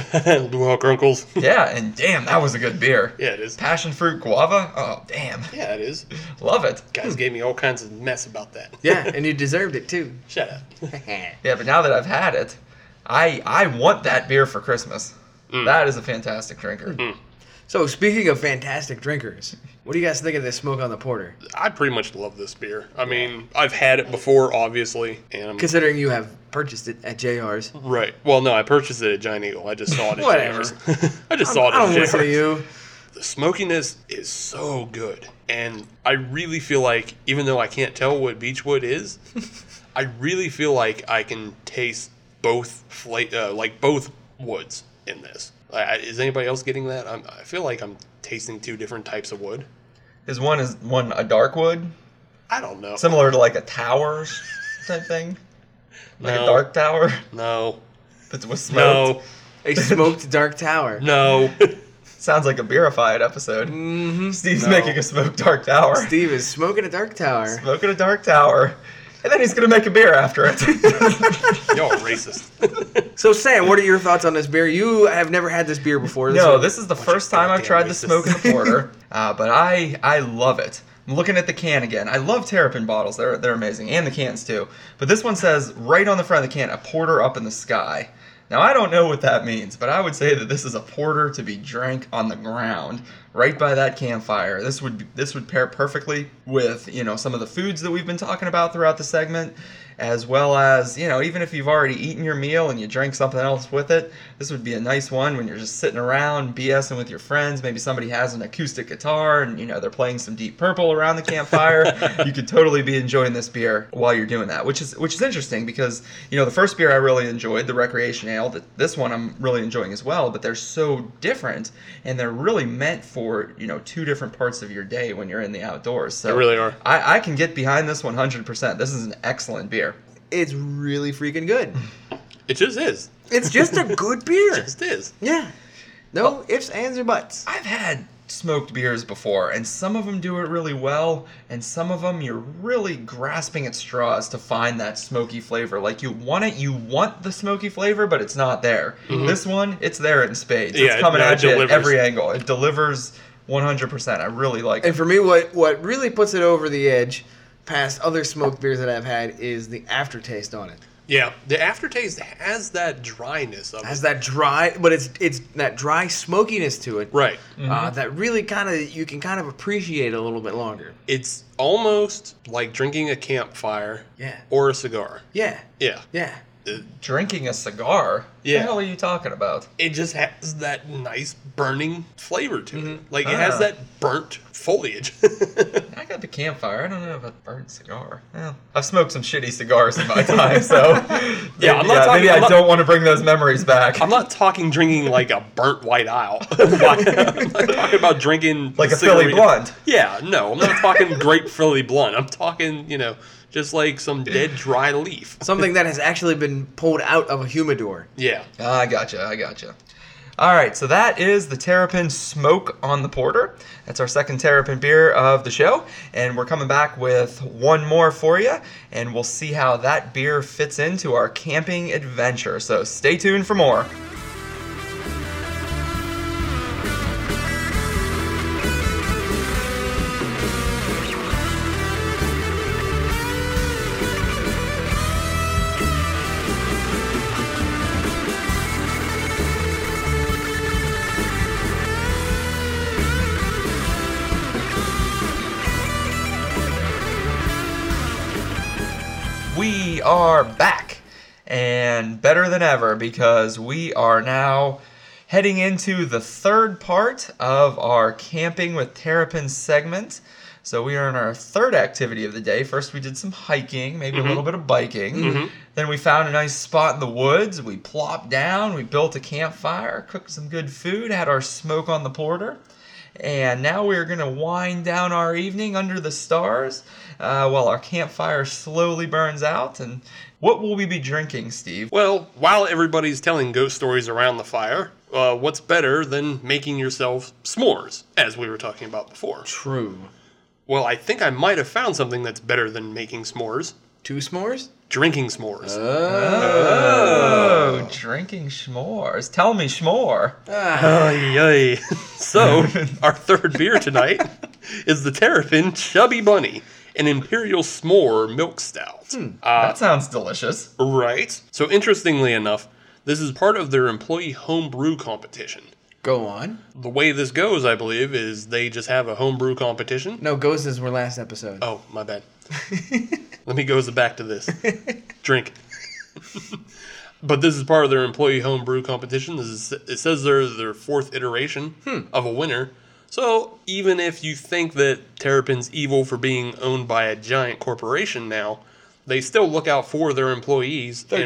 S2: Blue Hawk Uncles. <laughs>
S1: yeah, and damn, that was a good beer.
S2: yeah, it is.
S1: Passion fruit guava? Oh, damn.
S2: Yeah, it is.
S1: Love it.
S2: Guys gave me all kinds of mess about that.
S3: Yeah, <laughs> and you deserved it too.
S2: <laughs> Shut up.
S1: Yeah, but now that I've had it, I I want that beer for Christmas.
S2: Mm.
S1: That is a fantastic drinker.
S3: so speaking of fantastic drinkers, what do you guys think of this smoke on the porter?
S2: <laughs> I pretty much love this beer. I mean, I've had it before, obviously, and I'm
S3: Considering you have purchased it at JR's.
S2: right. Well, no, I purchased it at Giant Eagle. I just saw it. at
S3: Whatever.
S2: JR's. <laughs> I just saw it.
S3: I
S2: at
S3: don't listen to
S2: JR's.
S3: you.
S2: The smokiness is so good. And I really feel like, even though I can't tell what beechwood is,
S1: <laughs>
S2: I really feel like I can taste both fla- uh, like both woods in this. I, I- is anybody else getting that? I'm, I feel like I'm tasting two different types of wood.
S1: Is one is one a dark wood,
S2: I don't know.
S1: similar to like a tower type thing. Like
S2: No.
S1: a dark tower <laughs>
S2: No.
S1: that was smoked.
S2: No.
S3: A smoked dark tower.
S2: No. <laughs>
S1: Sounds like a beerified episode.
S3: Mm-hmm.
S1: Steve's
S2: Mm. No.
S1: making a smoked dark tower.
S3: Steve is smoking a dark tower.
S1: Smoking a dark tower. And then he's gonna make a beer after it.
S2: <laughs> Y'all are
S1: <laughs>
S2: racist.
S3: So Sam, what are your thoughts on this beer? You have never had this beer before.
S1: no,
S3: one-
S1: this is the first time I've
S2: goddamn
S1: tried the
S2: racist.
S1: smoke in the porter, uh, but I I love it. I'm looking at the can again. I love terrapin bottles; they're they're amazing, and the cans too. But this one says right on the front of the can, "A porter up in the sky." Now I don't know what that means, but I would say that this is a porter to be drank on the ground, right by that campfire. This would this would pair perfectly with you know some of the foods that we've been talking about throughout the segment, as well as you know even if you've already eaten your meal and you drink something else with it, this would be a nice one when you're just sitting around BSing with your friends. Maybe somebody has an acoustic guitar and you know they're playing some Deep Purple around the
S2: <laughs>
S1: campfire. you could totally be enjoying this beer while you're doing that, which is which is interesting because you know the first beer I really enjoyed, the Recreation Ale. That this one I'm really enjoying as well, but they're so different and they're really meant for you know two different parts of your day when you're in the outdoors. So
S2: They really are.
S1: I, I can get behind this 100%. This is an excellent beer.
S3: It's really freaking good.
S2: It just is.
S3: It's just a good beer.
S2: It <laughs> just is.
S3: yeah. No ifs, ands, or buts.
S1: I've had smoked beers before, and some of them do it really well, and some of them you're really grasping at straws to find that smoky flavor. Like you want it, you want the smoky flavor, but it's not there. This one, it's there in spades.
S2: Mm-hmm. Yeah,
S1: it's coming
S2: no, it uh,
S1: at you at
S2: delivers.
S1: every angle. It delivers 100%. I really like
S3: And
S1: it.
S3: for me, what what really puts it over the edge, past other smoked beers that I've had, is the aftertaste on it.
S2: Yeah. The aftertaste has that dryness of
S3: Has
S2: it.
S3: that dry, but it's it's that dry smokiness to it.
S2: Right. Mm-hmm.
S3: Uh, that really kind of you can kind of appreciate a little bit longer.
S2: It's almost like drinking a campfire
S3: Yeah.
S2: or a cigar.
S3: Yeah.
S2: Yeah.
S3: Yeah.
S1: Drinking a cigar?
S2: Yeah.
S1: What the hell are you talking about?
S2: It just has that nice burning flavor to it. Like it
S1: Ah.
S2: has that burnt foliage. <laughs>
S1: I got the campfire. I don't know about burnt cigar. Well, I've smoked some shitty cigars in my <laughs> time, so
S2: <laughs> Yeah, I'm not talking-
S1: maybe I
S2: I'm not-
S1: don't want to bring those memories back.
S2: I'm not talking drinking like a burnt white owl. <laughs> I'm not talking about drinking
S1: <laughs> Like a Philly
S2: cigarette-
S1: blonde.
S2: Yeah, no, I'm not talking grape Philly blunt. I'm talking, you know, just like some dead dry leaf.
S3: Something that has actually been pulled out of a humidor.
S2: Yeah,
S1: Ah, I gotcha. I gotcha. All right, so that is the Terrapin Smoke on the Porter. That's our second Terrapin beer of the show, and we're coming back with one more for you, and we'll see how that beer fits into our camping adventure. So stay tuned for more. We are back and better than ever because we are now heading into the third part of our Camping with Terrapin segment. So we are in our third activity of the day. First, we did some hiking, maybe a little bit of biking. Then we found a nice spot in the woods. We plopped down, we built a campfire, cooked some good food, had our smoke on the porter. And now we're going to wind down our evening under the stars uh, while our campfire slowly burns out. And what will we be drinking, Steve?
S2: Well, while everybody's telling ghost stories around the fire, uh, what's better than making yourself s'mores, as we were talking about before?
S3: True.
S2: Well, I think I might have found something that's better than making s'mores
S3: Two s'mores?
S2: drinking s'mores.
S3: Uh.
S1: Oh, drinking s'mores. Tell me s'more.
S3: Uh.
S2: Ay, <laughs> ay. So, our third beer tonight is the Terrapin Chubby Bunny, an Imperial S'more Milk Stout. Uh,
S1: That sounds delicious.
S2: right. So, interestingly enough, this is part of their employee homebrew competition.
S3: Go on.
S2: The way this goes, I believe, is they just have a homebrew competition.
S3: No, ghosts is were last episode.
S2: Oh, my bad. Let me go back to this. Drink. but this is part of their employee homebrew competition. This is, it says they're their fourth iteration of a winner. So even if you think that Terrapin's evil for being owned by a giant corporation now, they still look out for their employees. and-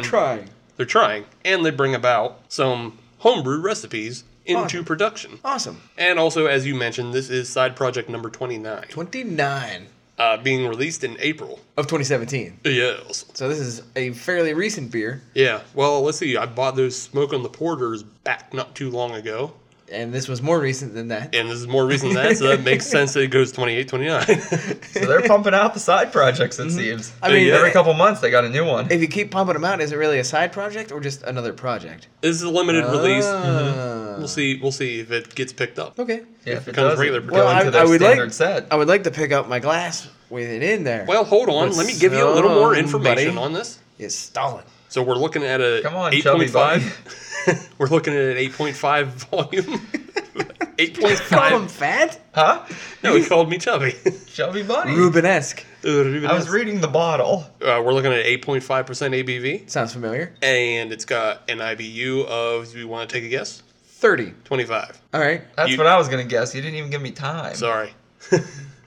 S2: They're trying, and they bring about some homebrew recipes into
S3: Awesome.
S2: production.
S3: Awesome.
S2: And also, as you mentioned, this is side project number twenty nine.
S3: 29.
S2: uh, being released in April.
S3: of 2017.
S2: Yes.
S3: So this is a fairly recent beer,
S2: Yeah. Well, let's see. I bought those Smoke on the Porters back not too long ago.
S3: and this was more recent than that.
S2: And this is more recent than that, so that makes sense that it goes 28, <laughs> 29.
S1: So they're pumping out the side projects,
S3: <laughs>
S1: it seems.
S3: I mean,
S1: every
S3: uh,
S1: couple months they got a new one.
S3: If you keep pumping them out, is it really a side project or just another project?
S2: this is a limited release.
S1: Mm-hmm.
S3: Ah.
S2: Uh, We'll see. We'll see if it gets picked up.
S3: Okay.
S1: if it
S2: becomes
S1: does,
S2: regular
S1: regular,
S2: Well,
S1: go into
S3: I-
S1: their
S3: I would like-
S1: standard set.
S3: I would like to pick up my glass with it in there.
S2: Well, hold on.
S3: But
S2: Let me give you a little more information
S3: somebody-
S2: on this.
S3: it's stalling.
S2: So we're looking at a
S1: Come on, chubby
S2: 8.5. <laughs> we're looking at an 8.5
S1: <laughs>
S2: volume.
S3: <laughs> Call him
S2: 8.5.
S3: fat?
S1: Huh?
S2: no, he called me chubby. <laughs>
S1: Chubby bunny.
S3: Rubenesque.
S1: I was reading the bottle.
S2: uh, we're looking at 8.5% ABV,
S3: Sounds familiar.
S2: and it's got an IBU of, do you want to take a guess?
S3: 30.
S2: 25.
S3: All right.
S1: That's
S2: You-
S1: what I was gonna guess. You didn't even give me time.
S2: Sorry.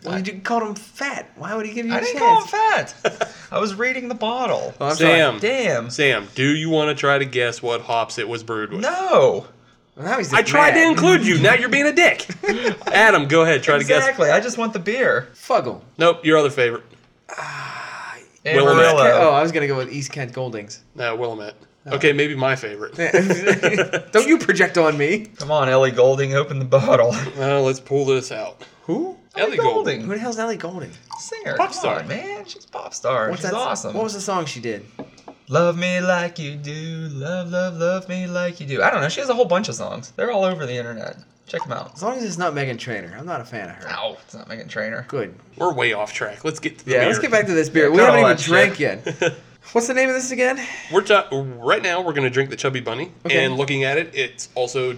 S3: Well, you called him fat. Why would he give you
S1: I
S3: a
S1: didn't
S3: chance?
S1: call him
S3: <laughs>
S1: fat. I was reading the bottle.
S3: Oh, I'm
S2: Sam.
S1: Damn.
S2: Sam, do you want to try to guess what hops it was brewed with?
S1: No.
S3: Well, now he's
S2: I
S3: just
S2: tried to
S3: mad.
S2: include you. Now you're being a
S3: <laughs>
S2: dick. Adam, go ahead. Try to guess.
S1: exactly. I just want the beer.
S3: Fuggle.
S2: Nope, your other favorite. Willamette.
S1: Amarillo.
S3: <laughs> Oh, I was going to go with East
S1: <laughs>
S3: Kent Goldings. <laughs>
S2: No, Willamette. Okay, maybe my favorite.
S3: Oh.
S2: <laughs>
S3: Don't you project on me.
S1: Come on, Ellie Golding, open the bottle.
S2: Uh, let's pull this out.
S3: Who?
S2: Ellie Goulding.
S3: Who the hell's Ellie Golding?
S1: Singer.
S2: Pop
S1: Come
S2: star.
S1: on, man. She's a pop star. She's
S3: that-
S1: awesome.
S3: What was the song she did?
S1: Love me like you do. Love, love, love me like you do. I don't know. She has a whole bunch of songs. They're all over the internet. Check them out.
S3: As long as it's not Megan Trainor, I'm not a fan of her.
S1: Ow, it's not Megan Trainer.
S3: Good.
S2: We're way off track. Let's get to the
S3: Yeah,
S2: beer.
S3: let's get back to this beer. we
S1: cut
S3: haven't
S1: all
S3: even
S1: that
S3: drank
S1: shit.
S3: yet. What's the name of this again?
S2: We're ta- right now. We're gonna drink the Chubby Bunny,
S3: Okay.
S2: and looking at it, it's also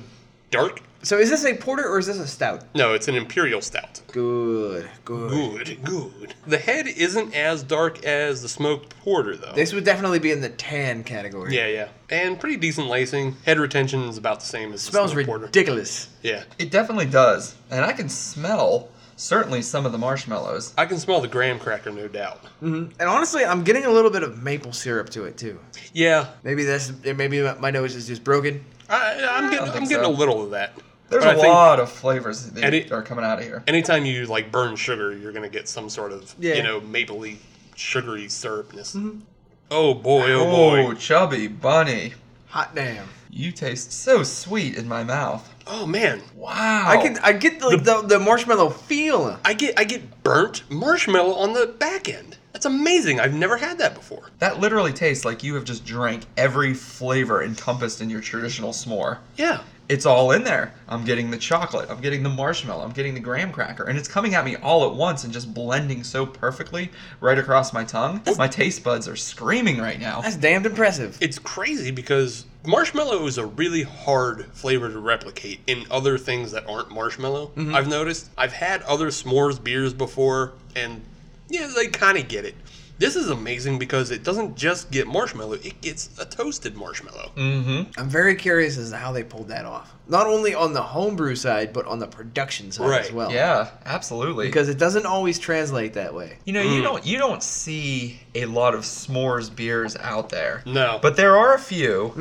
S2: dark.
S3: So is this a porter or is this a stout?
S2: No, it's an imperial stout.
S3: Good. Good.
S2: Good, good. The head isn't as dark as the smoked porter, though.
S3: This would definitely be in the tan category.
S2: yeah, yeah, and pretty decent lacing. Head retention is about the same as the
S3: Smells
S2: smoked porter.
S3: ridiculous.
S2: Yeah,
S1: It definitely does. And I can smell certainly some of the marshmallows.
S2: I can smell the graham cracker, no doubt.
S3: Mm-hmm. And honestly, I'm getting a little bit of maple syrup to it too.
S2: Yeah,
S3: Maybe that's maybe my nose is just broken.
S2: I, I'm getting,
S1: think
S2: I'm getting
S1: so.
S2: a little of that.
S1: There's
S2: But
S1: a
S2: I think
S1: lot of flavors that
S2: And it-
S1: are coming out of here.
S2: Anytime you like burn sugar, you're gonna get some sort of
S3: Yeah.
S2: you know mapley, sugary syrupness. Oh boy, oh boy.
S1: Oh, chubby bunny.
S3: Hot damn!
S1: You taste so sweet in my mouth.
S2: Oh man,
S1: Wow.
S3: I can I get the, the the marshmallow feel.
S2: I get I get burnt marshmallow on the back end. That's amazing. I've never had that before.
S1: That literally tastes like you have just drank every flavor encompassed in your traditional s'more.
S2: Yeah.
S1: It's all in there. I'm getting the chocolate, I'm getting the marshmallow, I'm getting the graham cracker, and it's coming at me all at once and just blending so perfectly right across my tongue. My taste buds are screaming right now.
S3: That's damned impressive.
S2: It's crazy because marshmallow is a really hard flavor to replicate in other things that aren't marshmallow. I've noticed. I've had other s'mores beers before and yeah, they kind of get it. This is amazing because it doesn't just get marshmallow, it gets a toasted marshmallow.
S3: <laughs>
S1: Mm-hmm.
S3: I'm very curious as to how they pulled that off. Not only on the homebrew side, but on the production side as
S2: Right,
S3: well.
S1: Yeah, absolutely.
S3: Because Mm. it doesn't always translate that way.
S1: you know, you don't you don't see a lot of s'mores beers out there.
S2: No.
S1: But there are a few,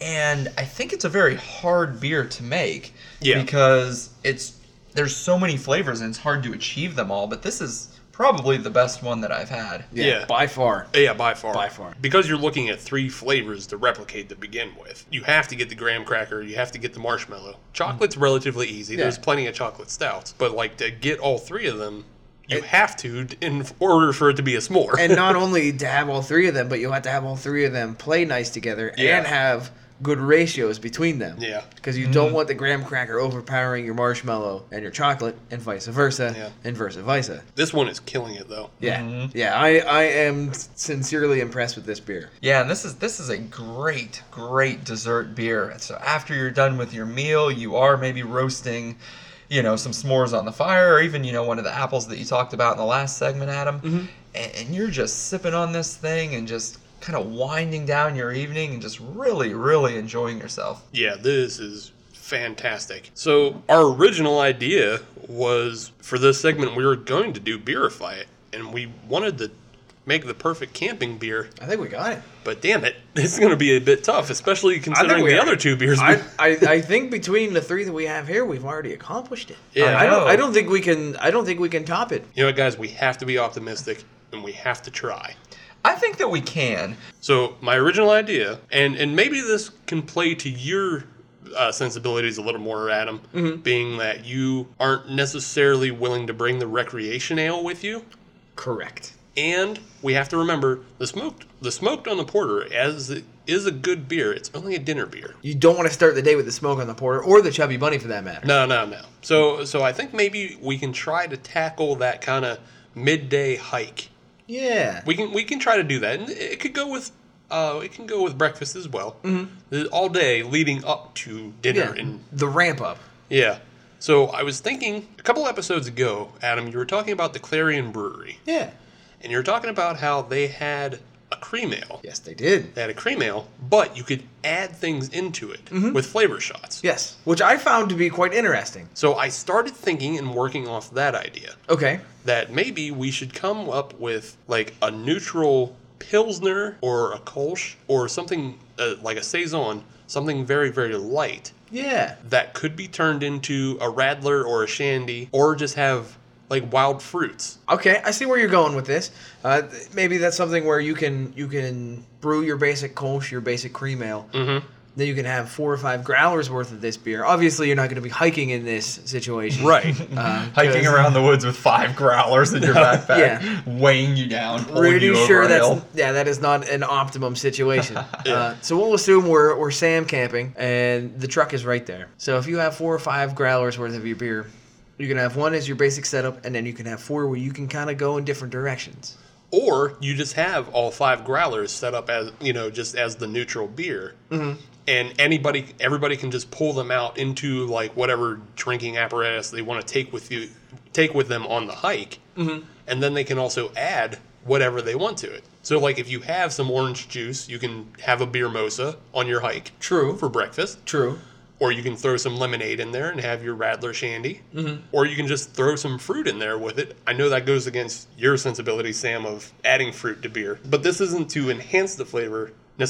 S1: and I think it's a very hard beer to make.
S2: Yeah.
S1: Because it's there's so many flavors and it's hard to achieve them all. But this is probably the best one that I've had.
S2: Yeah.
S3: By far.
S2: Yeah, by far.
S3: By far.
S2: Because you're looking at three flavors to replicate to begin with. You have to get the graham cracker, you have to get the marshmallow. Chocolate's relatively easy. There's
S3: Mm. Yeah.
S2: plenty of chocolate stouts, but like to get all three of them, you have to in order for it to be a s'more.
S3: and not <laughs> only to have all three of them, but you'll have to have all three of them play nice together
S2: Yeah.
S3: and have good ratios between them.
S2: <laughs> Yeah.
S3: Because you don't want the graham cracker overpowering your marshmallow and your chocolate, and vice versa,
S2: Yeah.
S3: and vice versa.
S2: this one is killing it though.
S3: Yeah. Yeah, I, I am sincerely impressed with this beer.
S1: Yeah, and this is this is a great, great dessert beer. So after you're done with your meal, you are maybe roasting, you know, some s'mores on the fire, or even you know one of the apples that you talked about in the last segment, Adam.
S3: Mm-hmm.
S1: And, and you're just sipping on this thing and just kind of winding down your evening and just really, really enjoying yourself.
S2: Yeah, this is fantastic. So, our original idea was for this segment, we were going to do Beerify it, and we wanted to make the perfect camping beer,
S3: I think we got it.
S2: but damn it, <laughs> it's going to be a bit tough, especially considering
S3: we
S2: the
S3: are.
S2: other two beers.
S3: I, <laughs>
S2: we-
S3: I, I think between the three that we have here, we've already accomplished it.
S2: Yeah.
S3: I don't
S1: Oh.
S3: I don't think we can I don't think we can top it.
S2: <laughs> you know what, guys, we have to be optimistic and we have to try.
S1: I think that we can.
S2: So my original idea, and and maybe this can play to your uh, sensibilities a little more, Adam,
S3: Mm-hmm.
S2: being that you aren't necessarily willing to bring the recreation ale with you,
S3: Correct.
S2: and we have to remember the smoked the smoked on the porter as it is a good beer. It's only a dinner beer.
S3: You don't want to start the day with the smoke on the porter or the chubby bunny for that matter.
S2: No, no, no. So so I think maybe we can try to tackle that kind of midday hike.
S3: Yeah.
S2: We can we can try to do that, and it could go with uh, it can go with breakfast as well. Mm-hmm. All day leading up to
S3: yeah.
S2: dinner, and
S3: The ramp up.
S2: yeah. So I was thinking a couple episodes ago, Adam, you were talking about the Clarion Brewery,
S3: Yeah.
S2: and you were talking about how they had a cream ale.
S3: Yes, they did.
S2: They had a cream ale, but you could add things into it with flavor shots.
S3: Yes. Which I found to be quite interesting.
S2: So I started thinking and working off that idea.
S3: Okay.
S2: that maybe we should come up with like a neutral pilsner or a kolsch or something uh, like a saison, something very very light
S3: Yeah.
S2: that could be turned into a radler or a shandy or just have like wild fruits.
S3: Okay, I see where you're going with this. Uh, th- maybe that's something where you can you can brew your basic Kolsch, your basic cream ale. Mm-hmm. Then you can have four or five growlers worth of this beer. Obviously, you're not going to be hiking in this situation,
S2: Right.
S3: <laughs> Uh,
S1: Hiking
S3: 'cause
S1: around the woods with five growlers
S3: <laughs>
S1: in your backpack,
S3: yeah.
S1: weighing you down, pulling
S3: Pretty
S1: you over
S3: sure
S1: a
S3: that's
S1: hill.
S3: yeah, that is not an optimum
S1: <laughs>
S3: situation. uh, so we'll assume we're we're Sam camping, and the truck is right there. So if you have four or five growlers worth of your beer. You can have one as your basic setup, and then you can have four where you can kind of go in different directions.
S2: or you just have all five growlers set up as you know just as the neutral beer and anybody everybody can just pull them out into like whatever drinking apparatus they want to take with you take with them on the hike and then they can also add whatever they want to it so like if you have some orange juice you can have a beer mosa on your hike
S3: True.
S2: for breakfast
S3: True.
S2: or you can throw some lemonade in there and have your Radler Shandy,
S1: Mm-hmm.
S2: or you can just throw some fruit in there with it. I know that goes against your sensibility, Sam, of adding fruit to beer, but this isn't to enhance the flavor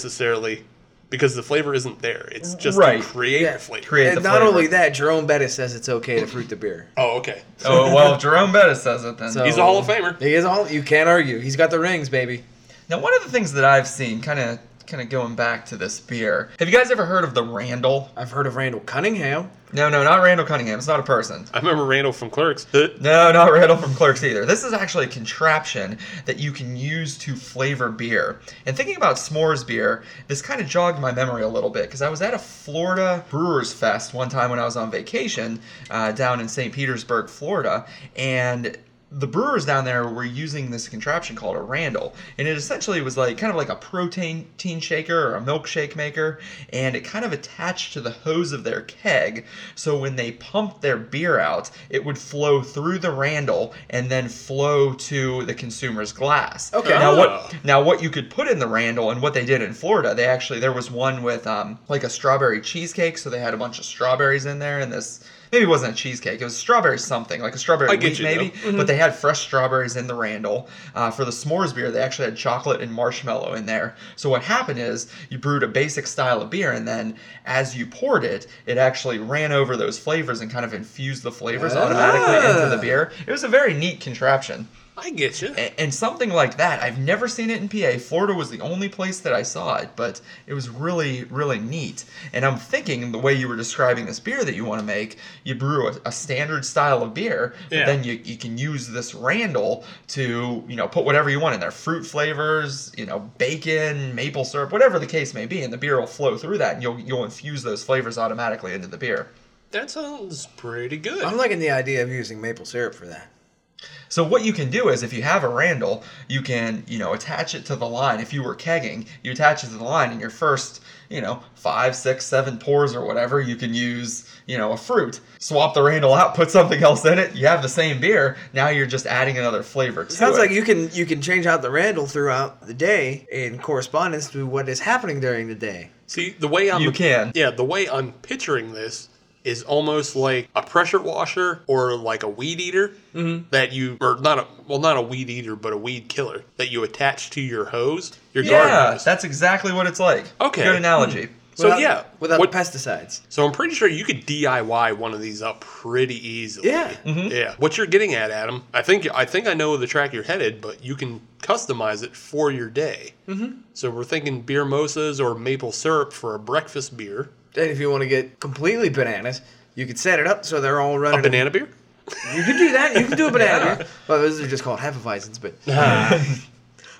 S2: necessarily, because the flavor isn't there. It's just
S1: Right.
S2: to create
S3: Yeah.
S2: the flavor.
S1: Create-
S3: And
S1: the
S3: not
S1: flavor.
S3: only that, Jerome Bettis says it's okay to fruit the beer.
S2: oh, okay.
S3: <laughs>
S1: Oh well, if Jerome Bettis says it then.
S3: So-
S2: He's a Hall of Famer.
S3: He is all you can't argue. He's got the rings, baby.
S1: Now, one of the things that I've seen, kind of, kind of going back to this beer. Have you guys ever heard of the Randall?
S3: I've heard of Randall Cunningham.
S1: No, no, not Randall Cunningham. It's not a person.
S2: I remember Randall from Clerks.
S1: Uh, No, not Randall from Clerks either. This is actually a contraption that you can use to flavor beer. And thinking about s'mores beer, this kind of jogged my memory a little bit because I was at a Florida Brewers Fest one time when I was on vacation uh, down in St. Petersburg, Florida, and the brewers down there were using this contraption called a Randall, and it essentially was like kind of like a protein teen shaker or a milkshake maker, and it kind of attached to the hose of their keg. So when they pumped their beer out, it would flow through the Randall and then flow to the consumer's glass.
S3: Okay.
S1: Now
S2: Ah.
S1: what now what you could put in the Randall and what they did in Florida, they actually there was one with um like a strawberry cheesecake, so they had a bunch of strawberries in there and this maybe it wasn't a cheesecake, it was strawberry something, like a strawberry
S2: I get
S1: wheat
S2: you,
S1: maybe.
S2: though. Mm-hmm.
S1: But they had fresh strawberries in the Randall. Uh, for the s'mores beer, they actually had chocolate and marshmallow in there. So what happened is you brewed a basic style of beer, and then as you poured it, it actually ran over those flavors and kind of infused the flavors automatically into the
S3: Ah.
S1: beer. It was a very neat contraption.
S2: I get you.
S1: A- And something like that, I've never seen it in PA. Florida was the only place that I saw it, but it was really, really neat. And I'm thinking the way you were describing this beer that you want to make, you brew a, a standard style of beer, but
S2: Yeah.
S1: then you, you can use this Randall to, you know, put whatever you want in there fruit flavors, you know, bacon, maple syrup, whatever the case may be, and the beer will flow through that and you'll, you'll infuse those flavors automatically into the beer.
S2: That sounds pretty good.
S3: I'm liking the idea of using maple syrup for that.
S1: So what you can do is if you have a Randall, you can, you know, attach it to the line. If you were kegging, you attach it to the line and your first, you know, five, six, seven pours or whatever, you can use, you know, a fruit. Swap the Randall out, put something else in it, you have the same beer. Now you're just adding another flavor to
S3: Sounds
S1: it.
S3: like you can you can change out the Randall throughout the day in correspondence to what is happening during the day.
S2: See the way I'm
S1: You can.
S2: Yeah, the way I'm picturing this is almost like a pressure washer or like a weed eater
S3: Mm-hmm.
S2: that you or not a well not a weed eater but a weed killer that you attach to your hose, your garden
S1: Yeah,
S2: hose.
S1: that's exactly what it's like.
S2: Okay.
S1: Good analogy.
S2: So
S3: Without-
S2: yeah,
S3: without
S2: what-
S3: the pesticides.
S2: so I'm pretty sure you could DIY one of these up pretty easily.
S3: Yeah. mm-hmm.
S2: Yeah. What you're getting at, Adam, I think I think I know the track you're headed, but you can customize it for your day. Mm-hmm. So we're thinking beer mosas or maple syrup for a breakfast beer.
S3: And if you want to get completely bananas, you could set it up so they're all running.
S2: A banana beer?
S3: You can do that. You can do
S2: <laughs>
S3: a banana. beer. Well, those are just called hefeweizens, but.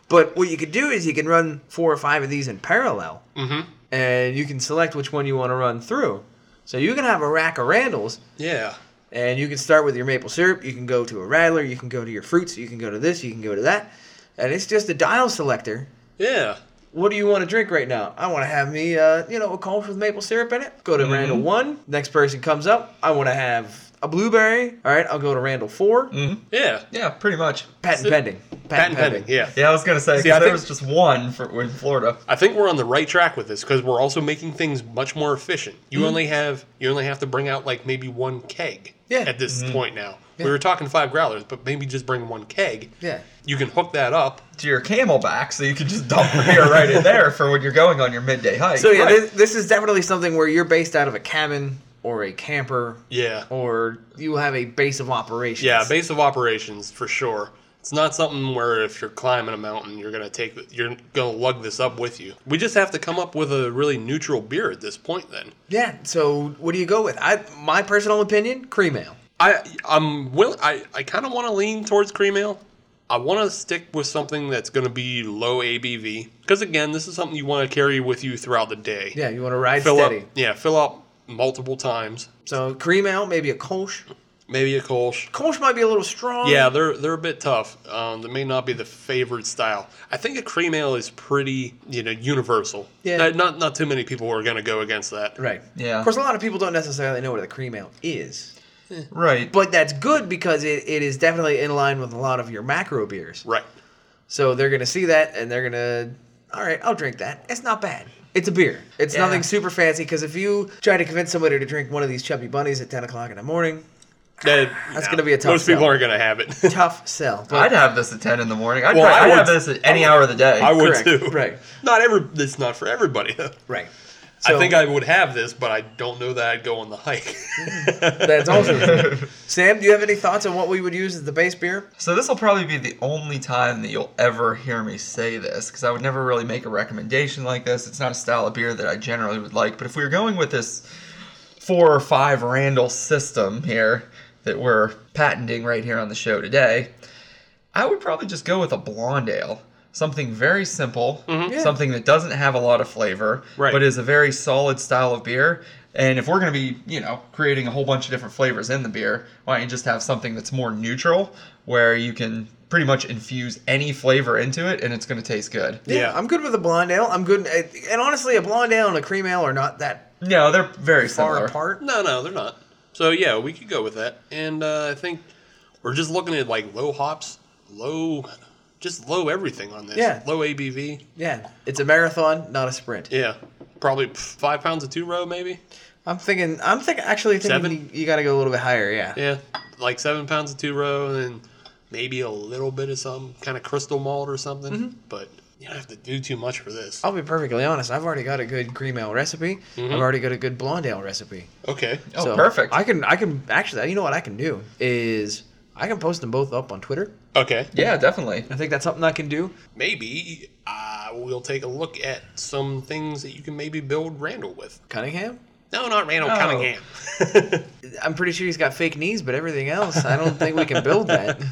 S3: But what you could do is you can run four or five of these in parallel,
S2: Mm-hmm.
S3: and you can select which one you want to run through. So you can have a rack of Randalls,
S2: Yeah.
S3: and you can start with your maple syrup. You can go to a rattler. You can go to your fruits. You can go to this. You can go to that, and it's just a dial selector.
S2: Yeah.
S3: What do you want to drink right now? I want to have me, uh, you know, a cold with maple syrup in it. Go
S2: Mm-hmm.
S3: to Randall one. Next person comes up. I want to have a blueberry. All right, I'll go to Randall 4
S2: Yeah.
S1: Yeah, pretty much.
S3: Patent pending. Patent,
S2: Mm-hmm. Patent pending. Yeah.
S1: Yeah, I was gonna say
S2: See,
S1: 'cause
S2: I
S1: there
S2: think-
S1: was just one for in Florida.
S2: I think we're on the right track with this because we're also making things much more efficient.
S3: Mm-hmm.
S2: You only have you only have to bring out like maybe one keg
S3: Yeah.
S2: at this point now.
S3: Yeah.
S2: We were talking five growlers, but maybe just bring one keg.
S3: Yeah.
S2: You can hook that up.
S1: To your Camelback, so you can just dump your beer right in there for when you're going on your midday hike.
S3: So yeah,
S2: Right.
S3: this, this is definitely something where you're based out of a cabin or a camper,
S2: Yeah.
S3: or you have a base of operations.
S2: Yeah, base of operations for sure. It's not something where if you're climbing a mountain, you're gonna take you're gonna lug this up with you. We just have to come up with a really neutral beer at this point. Then
S3: yeah. So what do you go with? I my personal opinion, cream ale.
S2: I I'm will I I kind of want to lean towards cream ale. I want to stick with something that's gonna be low ABV because again, this is something you want to carry with you throughout the day.
S3: Yeah, you want to ride
S2: fill
S3: steady.
S2: up. Yeah, fill up multiple times.
S3: So cream ale, maybe a Kolsch.
S2: Maybe a Kolsch.
S3: Kolsch might be a little strong.
S2: Yeah, they're they're a bit tough. Um, they may not be the favorite style. I think a cream ale is pretty, you know, universal.
S3: Yeah.
S2: Not not, not too many people are going to go against that.
S3: Right.
S1: Yeah.
S3: Of course, a lot of people don't necessarily know what a cream ale is,
S1: right.
S3: but that's good because it, it is definitely in line with a lot of your macro beers.
S2: Right.
S3: So they're gonna see that and they're gonna, all right, I'll drink that. It's not bad. It's a beer. It's
S1: Yeah.
S3: nothing super fancy because if you try to convince somebody to drink one of these chubby bunnies at ten o'clock in the morning,
S2: That-
S3: That's
S2: nah,
S3: gonna be a tough
S2: Most people
S3: sell.
S2: aren't going to have it. <laughs>
S3: tough sell.
S1: I'd
S3: But
S1: have this at ten in the morning. I'd,
S2: Well,
S1: try-
S2: I
S1: I'd
S2: would-
S1: have this at any hour of the day.
S2: I would
S3: Correct.
S2: too.
S3: Right.
S2: Not every. It's not for everybody though.
S3: right.
S2: I think I would have this, but I don't know that I'd go on the <laughs> hike. <laughs>
S3: That's also Sam. Do you have any thoughts on what we would use as the base beer?
S1: So this will probably be the only time that you'll ever hear me say this because I would never really make a recommendation like this. It's not a style of beer that I generally would like. But if we were going with this four or five Randall system here that we're patenting right here on the show today, I would probably just go with a blonde ale. Something very simple,
S3: Yeah.
S1: something that doesn't have a lot of flavor,
S2: Mm-hmm. Right.
S1: but is a very solid style of beer. And if we're going to be, you know, creating a whole bunch of different flavors in the beer, why don't you just have something that's more neutral where you can pretty much infuse any flavor into it and it's going to taste good?
S2: Yeah.
S3: I'm good with a blonde ale. I'm good, and honestly, a blonde ale and a cream ale are not that
S1: No, they're very
S3: far
S1: similar.
S3: apart.
S2: no, no, they're not. So yeah, we could go with that. And uh, I think we're just looking at like low hops, low, just low everything on this.
S3: Yeah.
S2: Low ABV.
S3: Yeah, it's a marathon, not a sprint.
S2: Yeah, probably pff, five pounds of two row, maybe.
S3: I'm thinking. I'm think actually thinking
S2: Seven?
S3: you, got to go a little bit higher. Yeah.
S2: Yeah, like seven pounds of two row, and then maybe a little bit of some kind of crystal malt or something. But you don't have to do too much for this.
S3: I'll be perfectly honest. I've already got a good cream ale recipe. I've already got a good blonde ale recipe.
S2: Okay.
S1: Oh, perfect.
S3: I can. I can actually. You know what I can do is I can post them both up on Twitter.
S2: Okay.
S1: yeah, definitely.
S3: I think that's something I can do.
S2: Maybe uh, we'll take a look at some things that you can maybe build Randall with.
S3: Cunningham.
S2: No, not Randall
S1: Oh.
S2: Cunningham.
S3: I'm pretty sure he's got fake knees, but everything else, I don't think we can build that.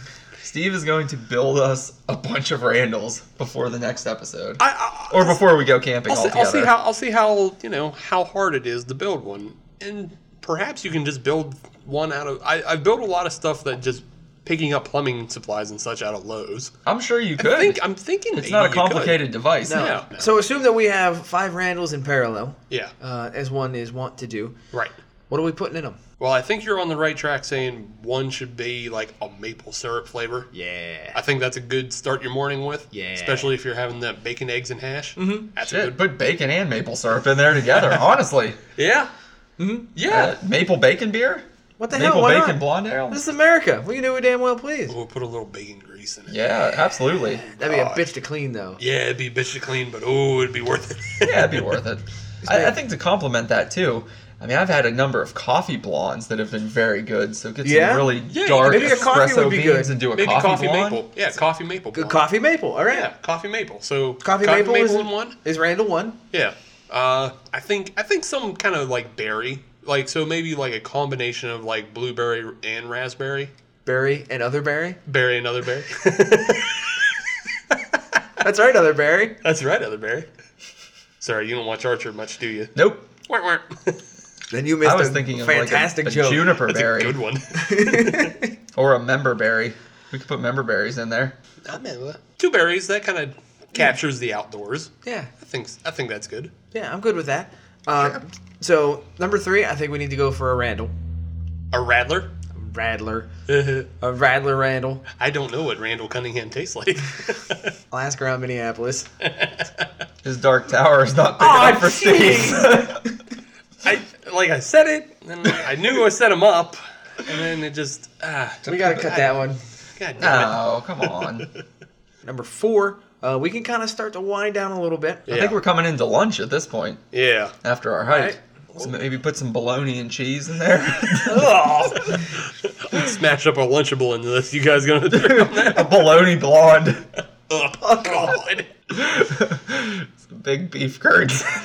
S1: Steve is going to build us a bunch of Randalls before the next episode.
S2: <laughs> I, I,
S1: or before we go camping
S2: I'll, see,
S1: altogether.
S2: I'll see how I'll see how you know how hard it is to build one, and perhaps you can just build one out of. I, I've built a lot of stuff that just picking up plumbing supplies and such out of Lowe's.
S1: I'm sure you could.
S2: I think I'm thinking
S1: it's
S2: maybe
S1: not
S2: you
S1: a
S2: could.
S1: complicated device.
S3: No.
S2: Yeah.
S3: So assume that we have five Randalls in parallel,
S2: Yeah,
S3: uh, as one is wont to do.
S2: right.
S3: What are we putting in them?
S2: Well, I think you're on the right track saying one should be like a maple syrup flavor. I
S3: Yeah.
S2: think that's a good start your morning with.
S3: Yeah.
S2: Especially if you're having that bacon, eggs, and hash. Mm-hmm. That's a
S1: Shit,
S2: good.
S1: put bacon and maple syrup in there together, honestly.
S2: Yeah.
S1: Yeah,
S2: Yeah.
S1: maple bacon beer.
S3: What the hell?
S1: maple
S3: Why
S1: bacon
S3: not?
S1: blonde ale.
S3: This is America. We can do it damn well, please.
S2: We'll put a little bacon grease in it.
S1: Yeah, absolutely.
S3: That'd be a
S2: God.
S3: bitch to clean, though.
S2: Yeah, it'd be a bitch to clean, but oh, it'd be worth it. <laughs>
S1: Yeah, it'd be worth it. I, I think to complement that too. I mean, I've had a number of coffee blondes that have been very good. So get
S3: Yeah?
S1: some really
S2: Yeah,
S1: dark
S3: maybe a coffee
S1: espresso
S3: would be
S1: beans
S3: good.
S1: and do a
S2: Maybe
S1: coffee,
S2: coffee,
S1: blonde.
S2: maple. Yeah, coffee maple.
S3: Good
S2: blonde.
S3: coffee maple. All right.
S2: Yeah, coffee maple. So
S3: Coffee, maple, is
S2: in one.
S3: Is Randall one?
S2: Yeah. Uh, I think I think some kind of like berry, like so maybe like a combination of like blueberry and raspberry,
S3: Berry and other berry.
S2: berry and other berry. <laughs>
S3: That's right, other berry.
S2: That's right, other berry. Sorry, you don't watch Archer much, do you?
S1: Nope.
S2: Warp, <laughs> warp.
S3: Then you missed
S1: I was
S3: a
S1: thinking of
S3: fantastic
S1: like a, a juniper
S2: That's
S1: berry
S2: a good one. <laughs>
S3: joke.
S1: or a member berry. We could put member berries in there.
S2: Two berries. That kind of captures the outdoors.
S3: yeah,
S2: I think I think that's good.
S3: yeah, I'm good with that. Uh,
S1: Sure.
S3: So number three, I think we need to go for a Randall,
S2: A <laughs> rattler.
S3: Radler, a Radler Randall.
S2: I don't know what Randall Cunningham tastes like.
S3: I'll ask around Minneapolis.
S1: His dark tower is not big
S2: Aw,
S1: enough for
S2: jeez.
S1: Steve.
S2: <laughs>
S1: <laughs>
S2: I like I said it, and I knew I set him up, and then it just ah.
S3: We gotta cut that one.
S2: God damn it.
S1: no, come on.
S3: Number four, uh, we can kind of start to wind down a little bit.
S1: I
S2: Yeah. <laughs>
S1: think we're coming into lunch at this point
S2: Yeah.
S1: after our hike.
S3: Right.
S1: So maybe put some bologna and cheese in there. <laughs>
S2: Smash up a lunchable into this. You guys <laughs> gonna drink on that?
S1: a bologna blonde.
S2: Oh, God.
S1: Some big beef curds. <laughs>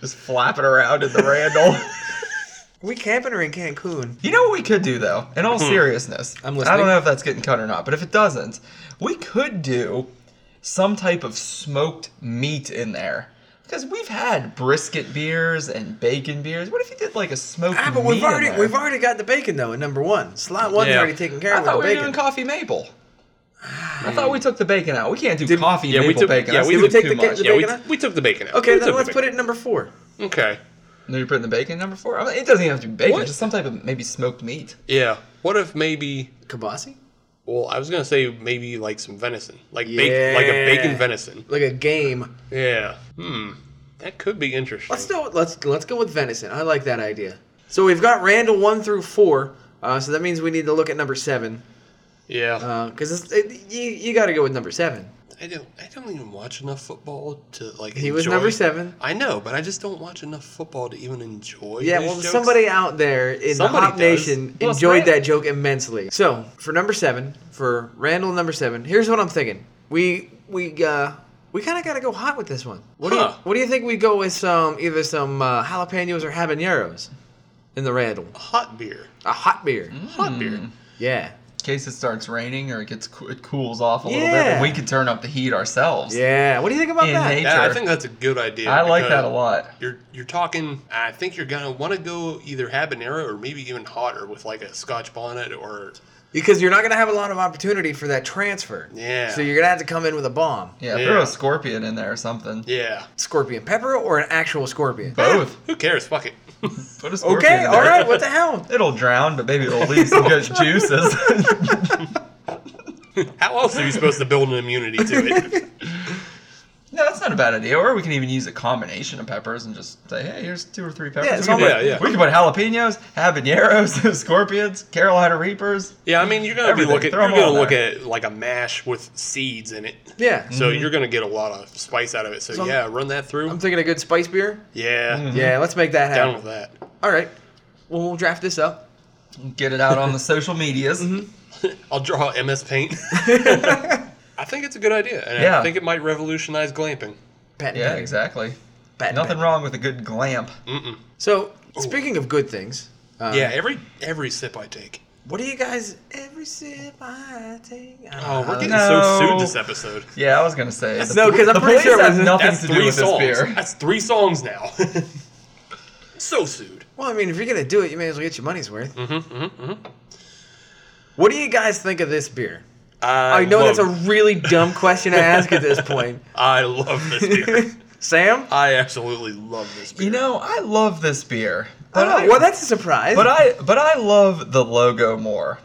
S1: Just flapping around in the Randall.
S3: <laughs> We camping or in Cancun?
S1: You know what we could do though, in
S2: Hmm.
S1: all seriousness.
S3: I'm
S1: I
S3: listening.
S1: don't know if that's getting cut or not, but if it doesn't, we could do some type of smoked meat in there. Because we've had brisket beers and bacon beers. What if you did like a smoked
S3: Ah,
S1: meat?
S3: but we've
S1: in
S3: already
S1: there?
S3: we've already got the bacon though in number one. Slot one's
S2: Yeah.
S3: already taken care
S1: I
S3: of with
S1: thought
S3: the
S1: we were
S3: bacon. Ah.
S1: doing coffee maple. I thought we took the bacon out. We can't do coffee
S2: yeah, we
S1: maple
S2: took-
S1: bacon.
S2: yeah,
S1: That's
S2: we
S1: even
S2: would
S3: take
S1: too
S3: the ca-
S1: much.
S3: the
S2: Yeah, we,
S3: bacon out?
S2: we took the bacon out.
S3: okay,
S2: we
S3: then let's put it in number four.
S2: it. Okay.
S1: No, you're putting the bacon in number four. I mean, it doesn't even have to be bacon.
S2: What?
S1: Just some type of maybe smoked meat.
S2: Yeah. What if maybe?
S3: Kabasi,
S2: Well, I was gonna say maybe like some venison, like
S3: Yeah.
S2: bacon, like a bacon venison.
S3: like a game.
S2: Yeah. Hmm. That could be interesting.
S3: Let's do let's let's go with venison. I like that idea. So we've got Randall one through four. Uh, so that means we need to look at number seven
S2: Yeah.
S3: Uh, because it you you got to go with number seven.
S2: I don't. I don't even watch enough football to like.
S3: He was
S2: enjoy-
S3: number seven.
S2: I know, but I just don't watch enough football to even enjoy.
S3: Yeah,
S2: those
S3: well,
S2: jokes.
S3: somebody out there in
S2: Somebody
S3: the Hop
S2: does.
S3: Nation
S1: Well,
S3: enjoyed
S1: Fran-
S3: that joke immensely. So for number seven, for Randall number seven, here's what I'm thinking. We we uh we kind of got to go hot with this one. What do you
S2: Huh.
S3: what do you think we go with some either some uh, jalapenos or habaneros in the Randall?
S2: hot beer.
S3: A hot beer.
S2: Hot beer.
S3: Yeah.
S1: In case it starts raining or it gets coo- it cools off a little bit,
S3: Yeah.
S1: and we can turn up the heat ourselves.
S3: Yeah. What do you think about
S1: In
S3: that?
S1: a-
S2: Yeah, I
S1: Sure.
S2: think that's a good idea.
S1: I like that a
S2: because
S1: lot.
S2: You're you're talking. I think you're gonna want to go either habanero or maybe even hotter with like a Scotch bonnet or
S3: Because you're not going to have a lot of opportunity for that transfer.
S2: Yeah.
S3: So you're going to have to come in with a bomb.
S1: Yeah,
S2: Yeah.
S1: throw a scorpion in there or something.
S2: yeah.
S3: Scorpion pepper or an actual scorpion?
S1: Both.
S2: Who cares? Fuck it. <laughs>
S1: Put a scorpion.
S3: Okay,
S1: in
S3: all
S1: there.
S3: right. What the hell?
S1: It'll drown, but maybe it'll leave some
S3: <laughs>
S1: good <laughs> juices.
S2: How else are you supposed to build an immunity to it?
S1: no, that's not a bad idea. Or we can even use a combination of peppers and just say, hey, here's two or three peppers.
S3: Yeah,
S1: we,
S3: it's
S1: can
S3: all-
S1: put,
S2: Yeah, yeah.
S1: we can put jalapenos, habaneros, <laughs> scorpions, Carolina reapers.
S2: Yeah, I mean you're gonna
S1: Everything.
S2: be looking.
S1: Throw
S2: You're
S1: 'em all
S2: gonna look
S1: there. Mm-hmm.
S2: at like a mash with seeds in it.
S3: Yeah.
S2: So you're gonna get a lot of spice out of it. So,
S3: So Mm-hmm. I'm-
S2: yeah, run that through.
S3: I'm thinking a good spice beer.
S1: Mm-hmm.
S2: yeah,
S3: Yeah, let's make that
S2: down
S3: happen.
S2: with that.
S3: All right. Well, we'll draft this up.
S1: Get it out on
S3: <laughs>
S1: the social medias.
S3: Mm-hmm.
S2: I'll draw MS
S1: <laughs>
S2: Paint. <laughs> I think it's a good idea, and
S1: Yeah.
S2: I think it might revolutionize glamping.
S3: Patent
S1: Yeah,
S3: pending.
S1: exactly.
S3: Patent
S1: Nothing
S3: pending.
S1: wrong with a good glamp.
S2: Mm-mm.
S3: So, speaking of good things, uh,
S1: Uh-huh.
S2: yeah, every every sip I take.
S3: What do you guys? Every sip I take. I don't
S2: Oh,
S3: know.
S2: we're getting
S1: Uh, no.
S2: so sued this episode.
S1: Yeah, I was gonna say. The,
S3: No, 'cause I'm
S1: the
S3: pretty
S1: police
S3: sure it
S1: have
S3: was-
S1: nothing
S2: That's
S1: to do
S2: three
S1: with
S2: songs.
S1: this
S3: <laughs>
S1: beer.
S2: That's three songs now. <laughs> so sued.
S3: Well, I mean, if you're gonna do it, you may as well get your money's worth.
S1: Mm.
S2: Mm-hmm, mm-hmm, mm-hmm.
S3: What do you guys think of this beer?
S2: I,
S3: I know that's
S2: love-
S3: a really dumb question to ask at this
S1: <laughs>
S3: point.
S2: I love this
S3: <laughs>
S2: beer.
S3: Sam?
S2: I absolutely love this beer.
S1: You know, I love this beer, but
S3: Oh,
S1: I,
S3: well, that's a surprise.
S1: but I but I love the logo more.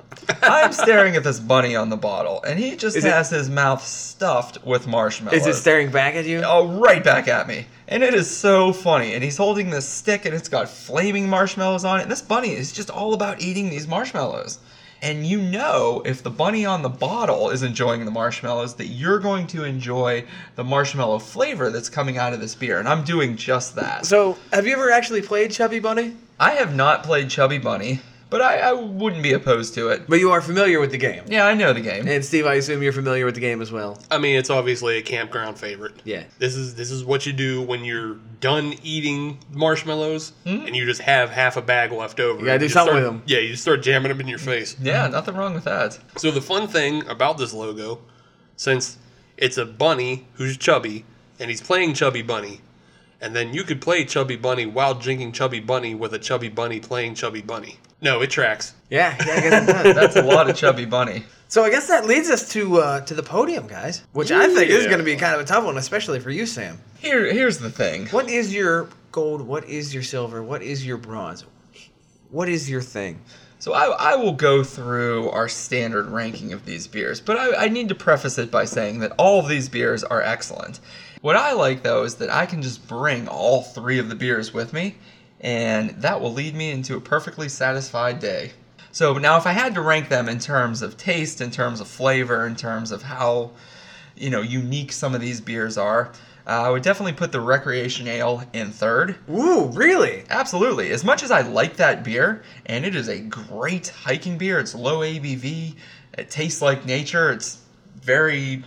S1: I'm staring at this bunny on the bottle, and he just
S3: Is it-
S1: has his mouth stuffed with marshmallows.
S3: Is it staring back at you?
S1: Oh, right back at me, And it is so funny. And he's holding this stick and it's got flaming marshmallows on it. And this bunny is just all about eating these marshmallows. And you know, if the bunny on the bottle is enjoying the marshmallows, that you're going to enjoy the marshmallow flavor that's coming out of this beer. And I'm doing just that.
S3: So, have you ever actually played Chubby Bunny?
S1: I have not played Chubby Bunny, but I, I wouldn't be opposed to it.
S3: But you are familiar with the game.
S1: Yeah, I know the game.
S3: And Steve, I assume you're familiar with the game as well.
S2: I mean, it's obviously a campground favorite.
S3: Yeah.
S2: This is this is what you do when you're done eating marshmallows and you just have half a bag left over. You
S3: gotta Hmm? do
S2: just
S3: something
S2: start-
S3: with 'em.
S2: Yeah, you just start jamming them in your face.
S1: Yeah, nothing wrong with that.
S2: So the fun thing about this logo, since it's a bunny who's chubby and he's playing Chubby Bunny, and then you could play Chubby Bunny while drinking Chubby Bunny with a Chubby Bunny playing Chubby Bunny. No, it tracks.
S3: Yeah, yeah, I
S1: <laughs>
S3: guess it does.
S1: That's a lot of Chubby Bunny.
S3: so I guess that leads us to uh, to the podium, guys, which I think is
S2: Yeah.
S3: going to be kind of a tough one, especially for you, Sam.
S1: Here, here's the thing.
S3: What is your gold? What is your silver? What is your bronze? What is your thing?
S1: So I, I will go through our standard ranking of these beers, but I, I need to preface it by saying that all of these beers are excellent. What I like though is that I can just bring all three of the beers with me, and that will lead me into a perfectly satisfied day. So now, if I had to rank them in terms of taste, in terms of flavor, in terms of how you know unique some of these beers are, uh, I would definitely put the Recreation Ale in third.
S3: Ooh, really?
S1: Absolutely. As much as I like that beer, and it is a great hiking beer, it's low ABV, it tastes like nature, it's very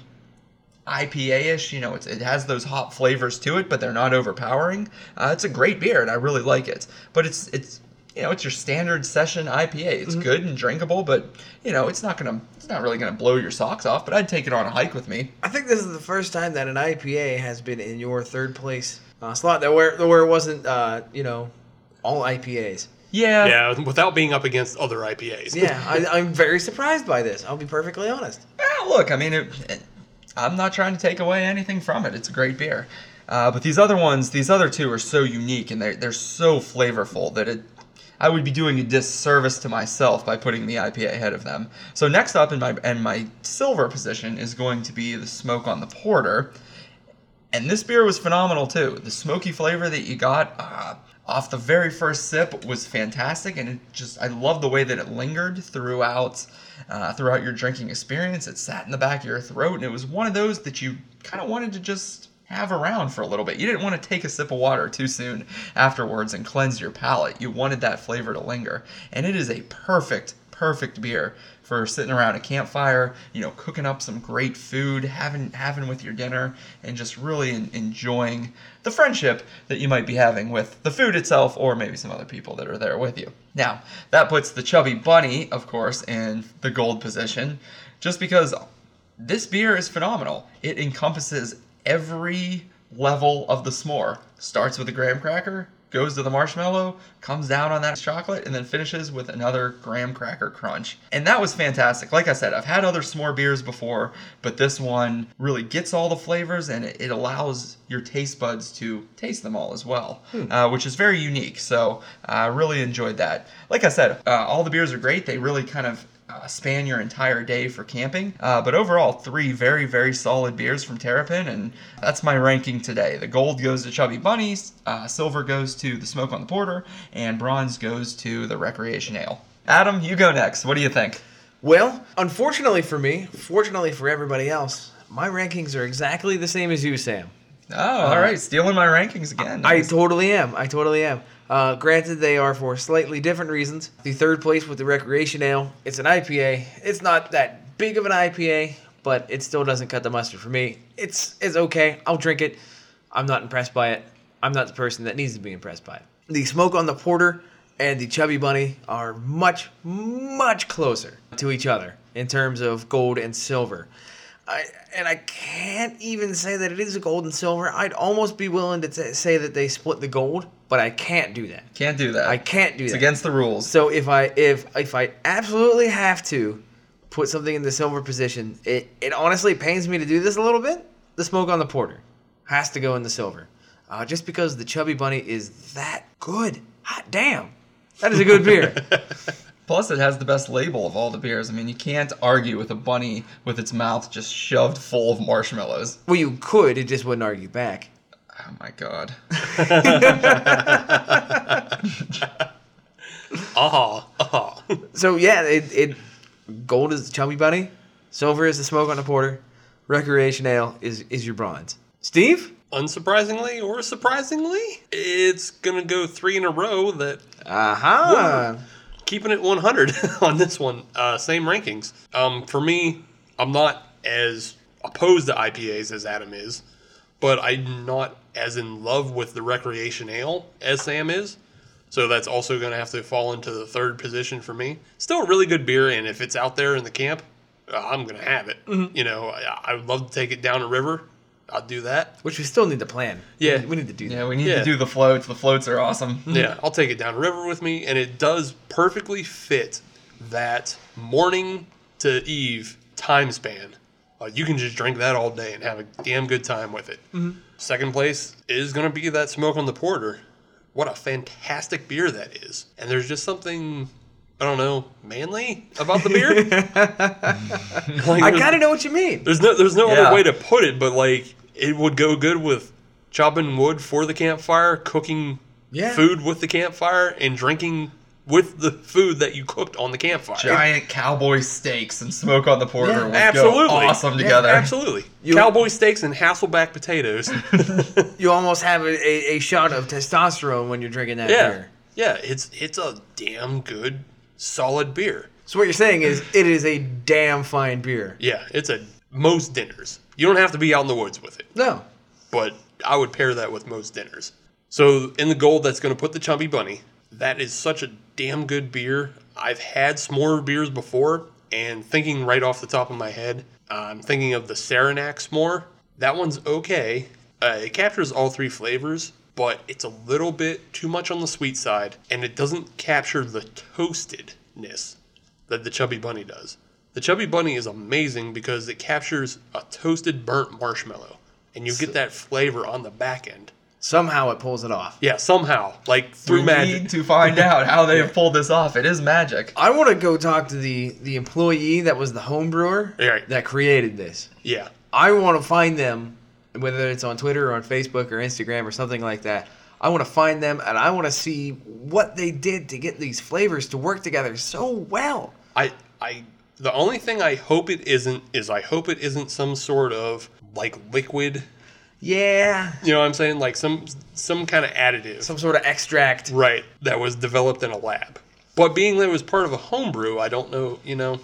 S1: IPA ish, you know, it's, it has those hop flavors to it, but they're not overpowering. Uh, it's a great beer, and I really like it. But it's, it's, you know, it's your standard session IPA. It's good and drinkable, but you know, it's not gonna, it's not really gonna blow your socks off. But I'd take it on a hike with me.
S3: I think this is the first time that an IPA has been in your third place uh, slot. That where where it wasn't, uh, you know, all IPAs.
S1: Yeah,
S2: Yeah, without being up against other IPAs.
S3: Uh, Yeah, I, I'm very surprised by this. I'll be perfectly honest.
S1: Ah, look, I mean, it, it- I'm not trying to take away anything from it. It's a great beer. Uh, but these other ones, these other two are so unique and they're, they're so flavorful that it, I would be doing a disservice to myself by putting the IPA ahead of them. So next up in my and my silver position is going to be the smoke on the porter. And this beer was phenomenal too. The smoky flavor that you got uh, off the very first sip was fantastic, and it just I love the way that it lingered throughout uh, throughout your drinking experience. It sat in the back of your throat, and it was one of those that you kind of wanted to just have around for a little bit. You didn't want to take a sip of water too soon afterwards and cleanse your palate. You wanted that flavor to linger, and it is a perfect perfect beer for sitting around a campfire, you know, cooking up some great food, having having with your dinner, and just really en- enjoying the friendship that you might be having with the food itself, or maybe some other people that are there with you. Now, that puts the chubby bunny, of course, in the gold position, just because this beer is phenomenal. It encompasses every level of the s'more. Starts with a graham cracker, goes to the marshmallow, comes down on that chocolate, and then finishes with another graham cracker crunch. And that was fantastic. Like I said, I've had other s'more beers before, but this one really gets all the flavors and it, it allows your taste buds to taste them all as well, uh, which is very unique. So I really enjoyed that. Like I said, uh, all the beers are great. They really kind of uh, span your entire day for camping. Uh, but overall, three very, very solid beers from Terrapin, and that's my ranking today. The gold goes to Chubby Bunny, uh, silver goes to the Smoke on the Porter, and bronze goes to the Recreation Ale. Adam, you go next. What do you think?
S3: Well, unfortunately for me, fortunately for everybody else, my rankings are exactly the same as you, Sam.
S1: Oh, all right, stealing my rankings again.
S3: uh, I
S1: Nice.
S3: totally am. I totally am. Uh, granted, they are for slightly different reasons. The third place with the recreation ale, it's an IPA. It's not that big of an IPA, but it still doesn't cut the mustard for me. It's it's okay. I'll drink it. I'm not impressed by it. I'm not the person that needs to be impressed by it. The smoke on the porter and the chubby bunny are much much closer to each other in terms of gold and silver. I, and I can't even say that it is a gold and silver. I'd almost be willing to t- say that they split the gold, but I can't do that.
S1: can't do that.
S3: I can't do
S1: It's
S3: that.
S1: against the rules.
S3: So if I if if I absolutely have to put something in the silver position, it it honestly pains me to do this a little bit. The smoke on the porter has to go in the silver, uh, just because the chubby bunny is that good. Hot damn, that is a
S1: <laughs>
S3: good beer.
S1: Plus, it has the best label of all the beers. I mean, you can't argue with a bunny with its mouth just shoved full of marshmallows.
S3: well, you could. It just wouldn't argue back.
S1: Oh my god.
S2: Aha, aha.
S3: So yeah, it, it gold is the chubby bunny, silver is the smoke on the porter, recreation ale is is your bronze. Steve,
S2: Unsurprisingly or surprisingly, it's going to go three in a row that Uh-huh.
S3: aha,
S2: keeping it 100 <laughs> on this one. Uh, same rankings. Um, for me, I'm not as opposed to IPAs as Adam is, but I'm not as in love with the recreation ale as Sam is. So that's also going to have to fall into the third position for me. Still a really good beer, and if it's out there in the camp, uh, I'm going to have it. You know, I, I would love to take it down a river. I'll do that.
S3: which we still need to plan.
S2: Yeah.
S3: we need to do that.
S1: Yeah, we need
S2: Yeah.
S1: to do the floats. The floats are awesome.
S2: Yeah, I'll take it down river with me, and it does perfectly fit that morning to eve time span. Uh, you can just drink that all day and have a damn good time with it. Second place is going to be that smoke on the porter. What a fantastic beer that is! And there's just something I don't know manly about the beer. <laughs> Like,
S3: I
S2: there's-
S3: gotta know what you mean.
S2: There's no there's no
S1: Yeah.
S2: other way to put it, but like it would go good with chopping wood for the campfire, cooking
S3: Yeah.
S2: food with the campfire, and drinking with the food that you cooked on the campfire.
S1: Giant cowboy steaks and smoke on the porter
S3: Yeah,
S1: would go
S2: absolutely.
S1: awesome
S2: Yeah,
S1: together.
S2: Absolutely.
S3: You-
S2: Cowboy steaks and
S1: <laughs>
S2: Hasselback potatoes.
S3: You almost have a, a, a shot of testosterone when you're drinking that
S2: yeah.
S3: beer.
S2: Yeah, it's it's a damn good solid beer.
S3: So what you're saying is it is a damn fine beer.
S2: Yeah, it's a most dinners. You don't have to be out in the woods with it.
S3: No,
S2: but I would pair that with most dinners. So in the gold, that's going to put the Chubby Bunny. That is such a damn good beer. I've had s'more beers before, and thinking right off the top of my head, I'm thinking of the Saranac s'more. That one's okay. Uh, it captures all three flavors, but it's a little bit too much on the sweet side, and it doesn't capture the toastedness that the Chubby Bunny does. The Chubby Bunny is amazing because it captures a toasted burnt marshmallow, and you get that flavor on the back end.
S3: somehow it pulls it off.
S2: Yeah, somehow, like
S1: We
S2: through magic.
S1: need to find out how they have pulled this off. It is magic.
S3: I want to go talk to the the employee that was the home brewer
S2: Right.
S3: that created this.
S2: Yeah,
S3: I want to find them, whether it's on Twitter or on Facebook or Instagram or something like that. I want to find them and I want to see what they did to get these flavors to work together so well.
S2: I, I. The only thing I hope it isn't is I hope it isn't some sort of like liquid.
S3: Yeah.
S2: You know what I'm saying? Like some some kind of additive.
S3: Some sort of extract.
S2: Right, that was developed in a lab. But being that it was part of a homebrew, I don't know, you know.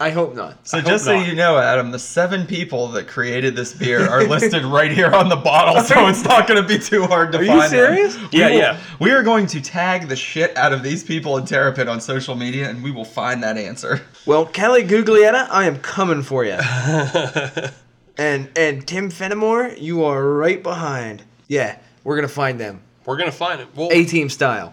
S3: I hope not.
S1: So
S2: I hope
S1: just so
S2: not.
S1: you know, Adam, the seven people that created this
S2: <laughs>
S1: beer are listed right here on the bottle, so it's not going to be too hard to
S3: you
S1: find.
S3: serious?
S1: We
S2: Yeah,
S1: will-
S2: yeah.
S1: We are going to tag the shit out of these people in Terrapin on social media, and we will find that answer.
S3: Well, Kelly Guglietta, I am coming for you. and and Tim Fenimore, you are right behind. Yeah, we're going to find them.
S2: We're gonna find it. Well,
S3: A team style.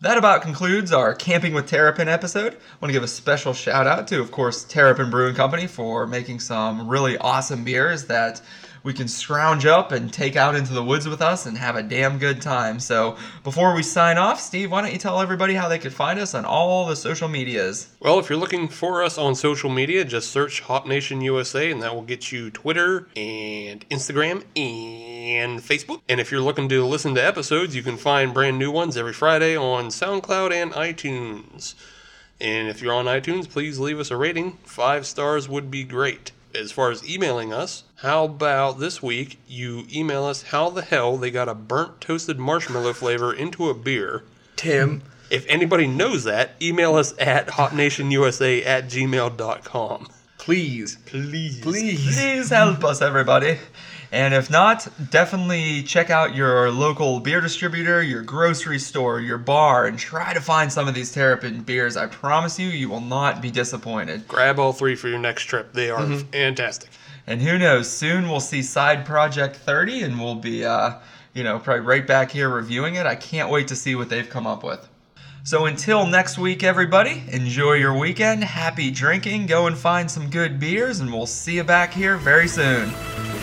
S1: That about concludes our Camping with Terrapin episode. I want to give a special shout out to, of course, Terrapin Brewing Company for making some really awesome beers that we can scrounge up and take out into the woods with us and have a damn good time. So, before we sign off, Steve, why don't you tell everybody how they could find us on all the social medias?
S2: Well, if you're looking for us on social media, just search Hop Nation USA, and that will get you Twitter and Instagram and Facebook. And if you're looking to listen to episodes, you can find brand new ones every Friday on SoundCloud and iTunes. And if you're on iTunes, please leave us a rating. Five stars would be great. As far as emailing us, how about this week you email us how the hell they got a burnt toasted marshmallow flavor into a beer?
S3: Tim.
S2: If anybody knows that, email us at hotnationusa at gmail.com.
S3: Please.
S2: Please.
S3: Please.
S1: Please help us, everybody. And if not, definitely check out your local beer distributor, your grocery store, your bar, and try to find some of these Terrapin beers. I promise you, you will not be disappointed.
S2: Grab all three for your next trip. They are fantastic.
S1: And who knows? Soon we'll see Side Project 30, and we'll be, uh, you know, probably right back here reviewing it. I can't wait to see what they've come up with. So until next week, everybody, enjoy your weekend, happy drinking, go and find some good beers, and we'll see you back here very soon.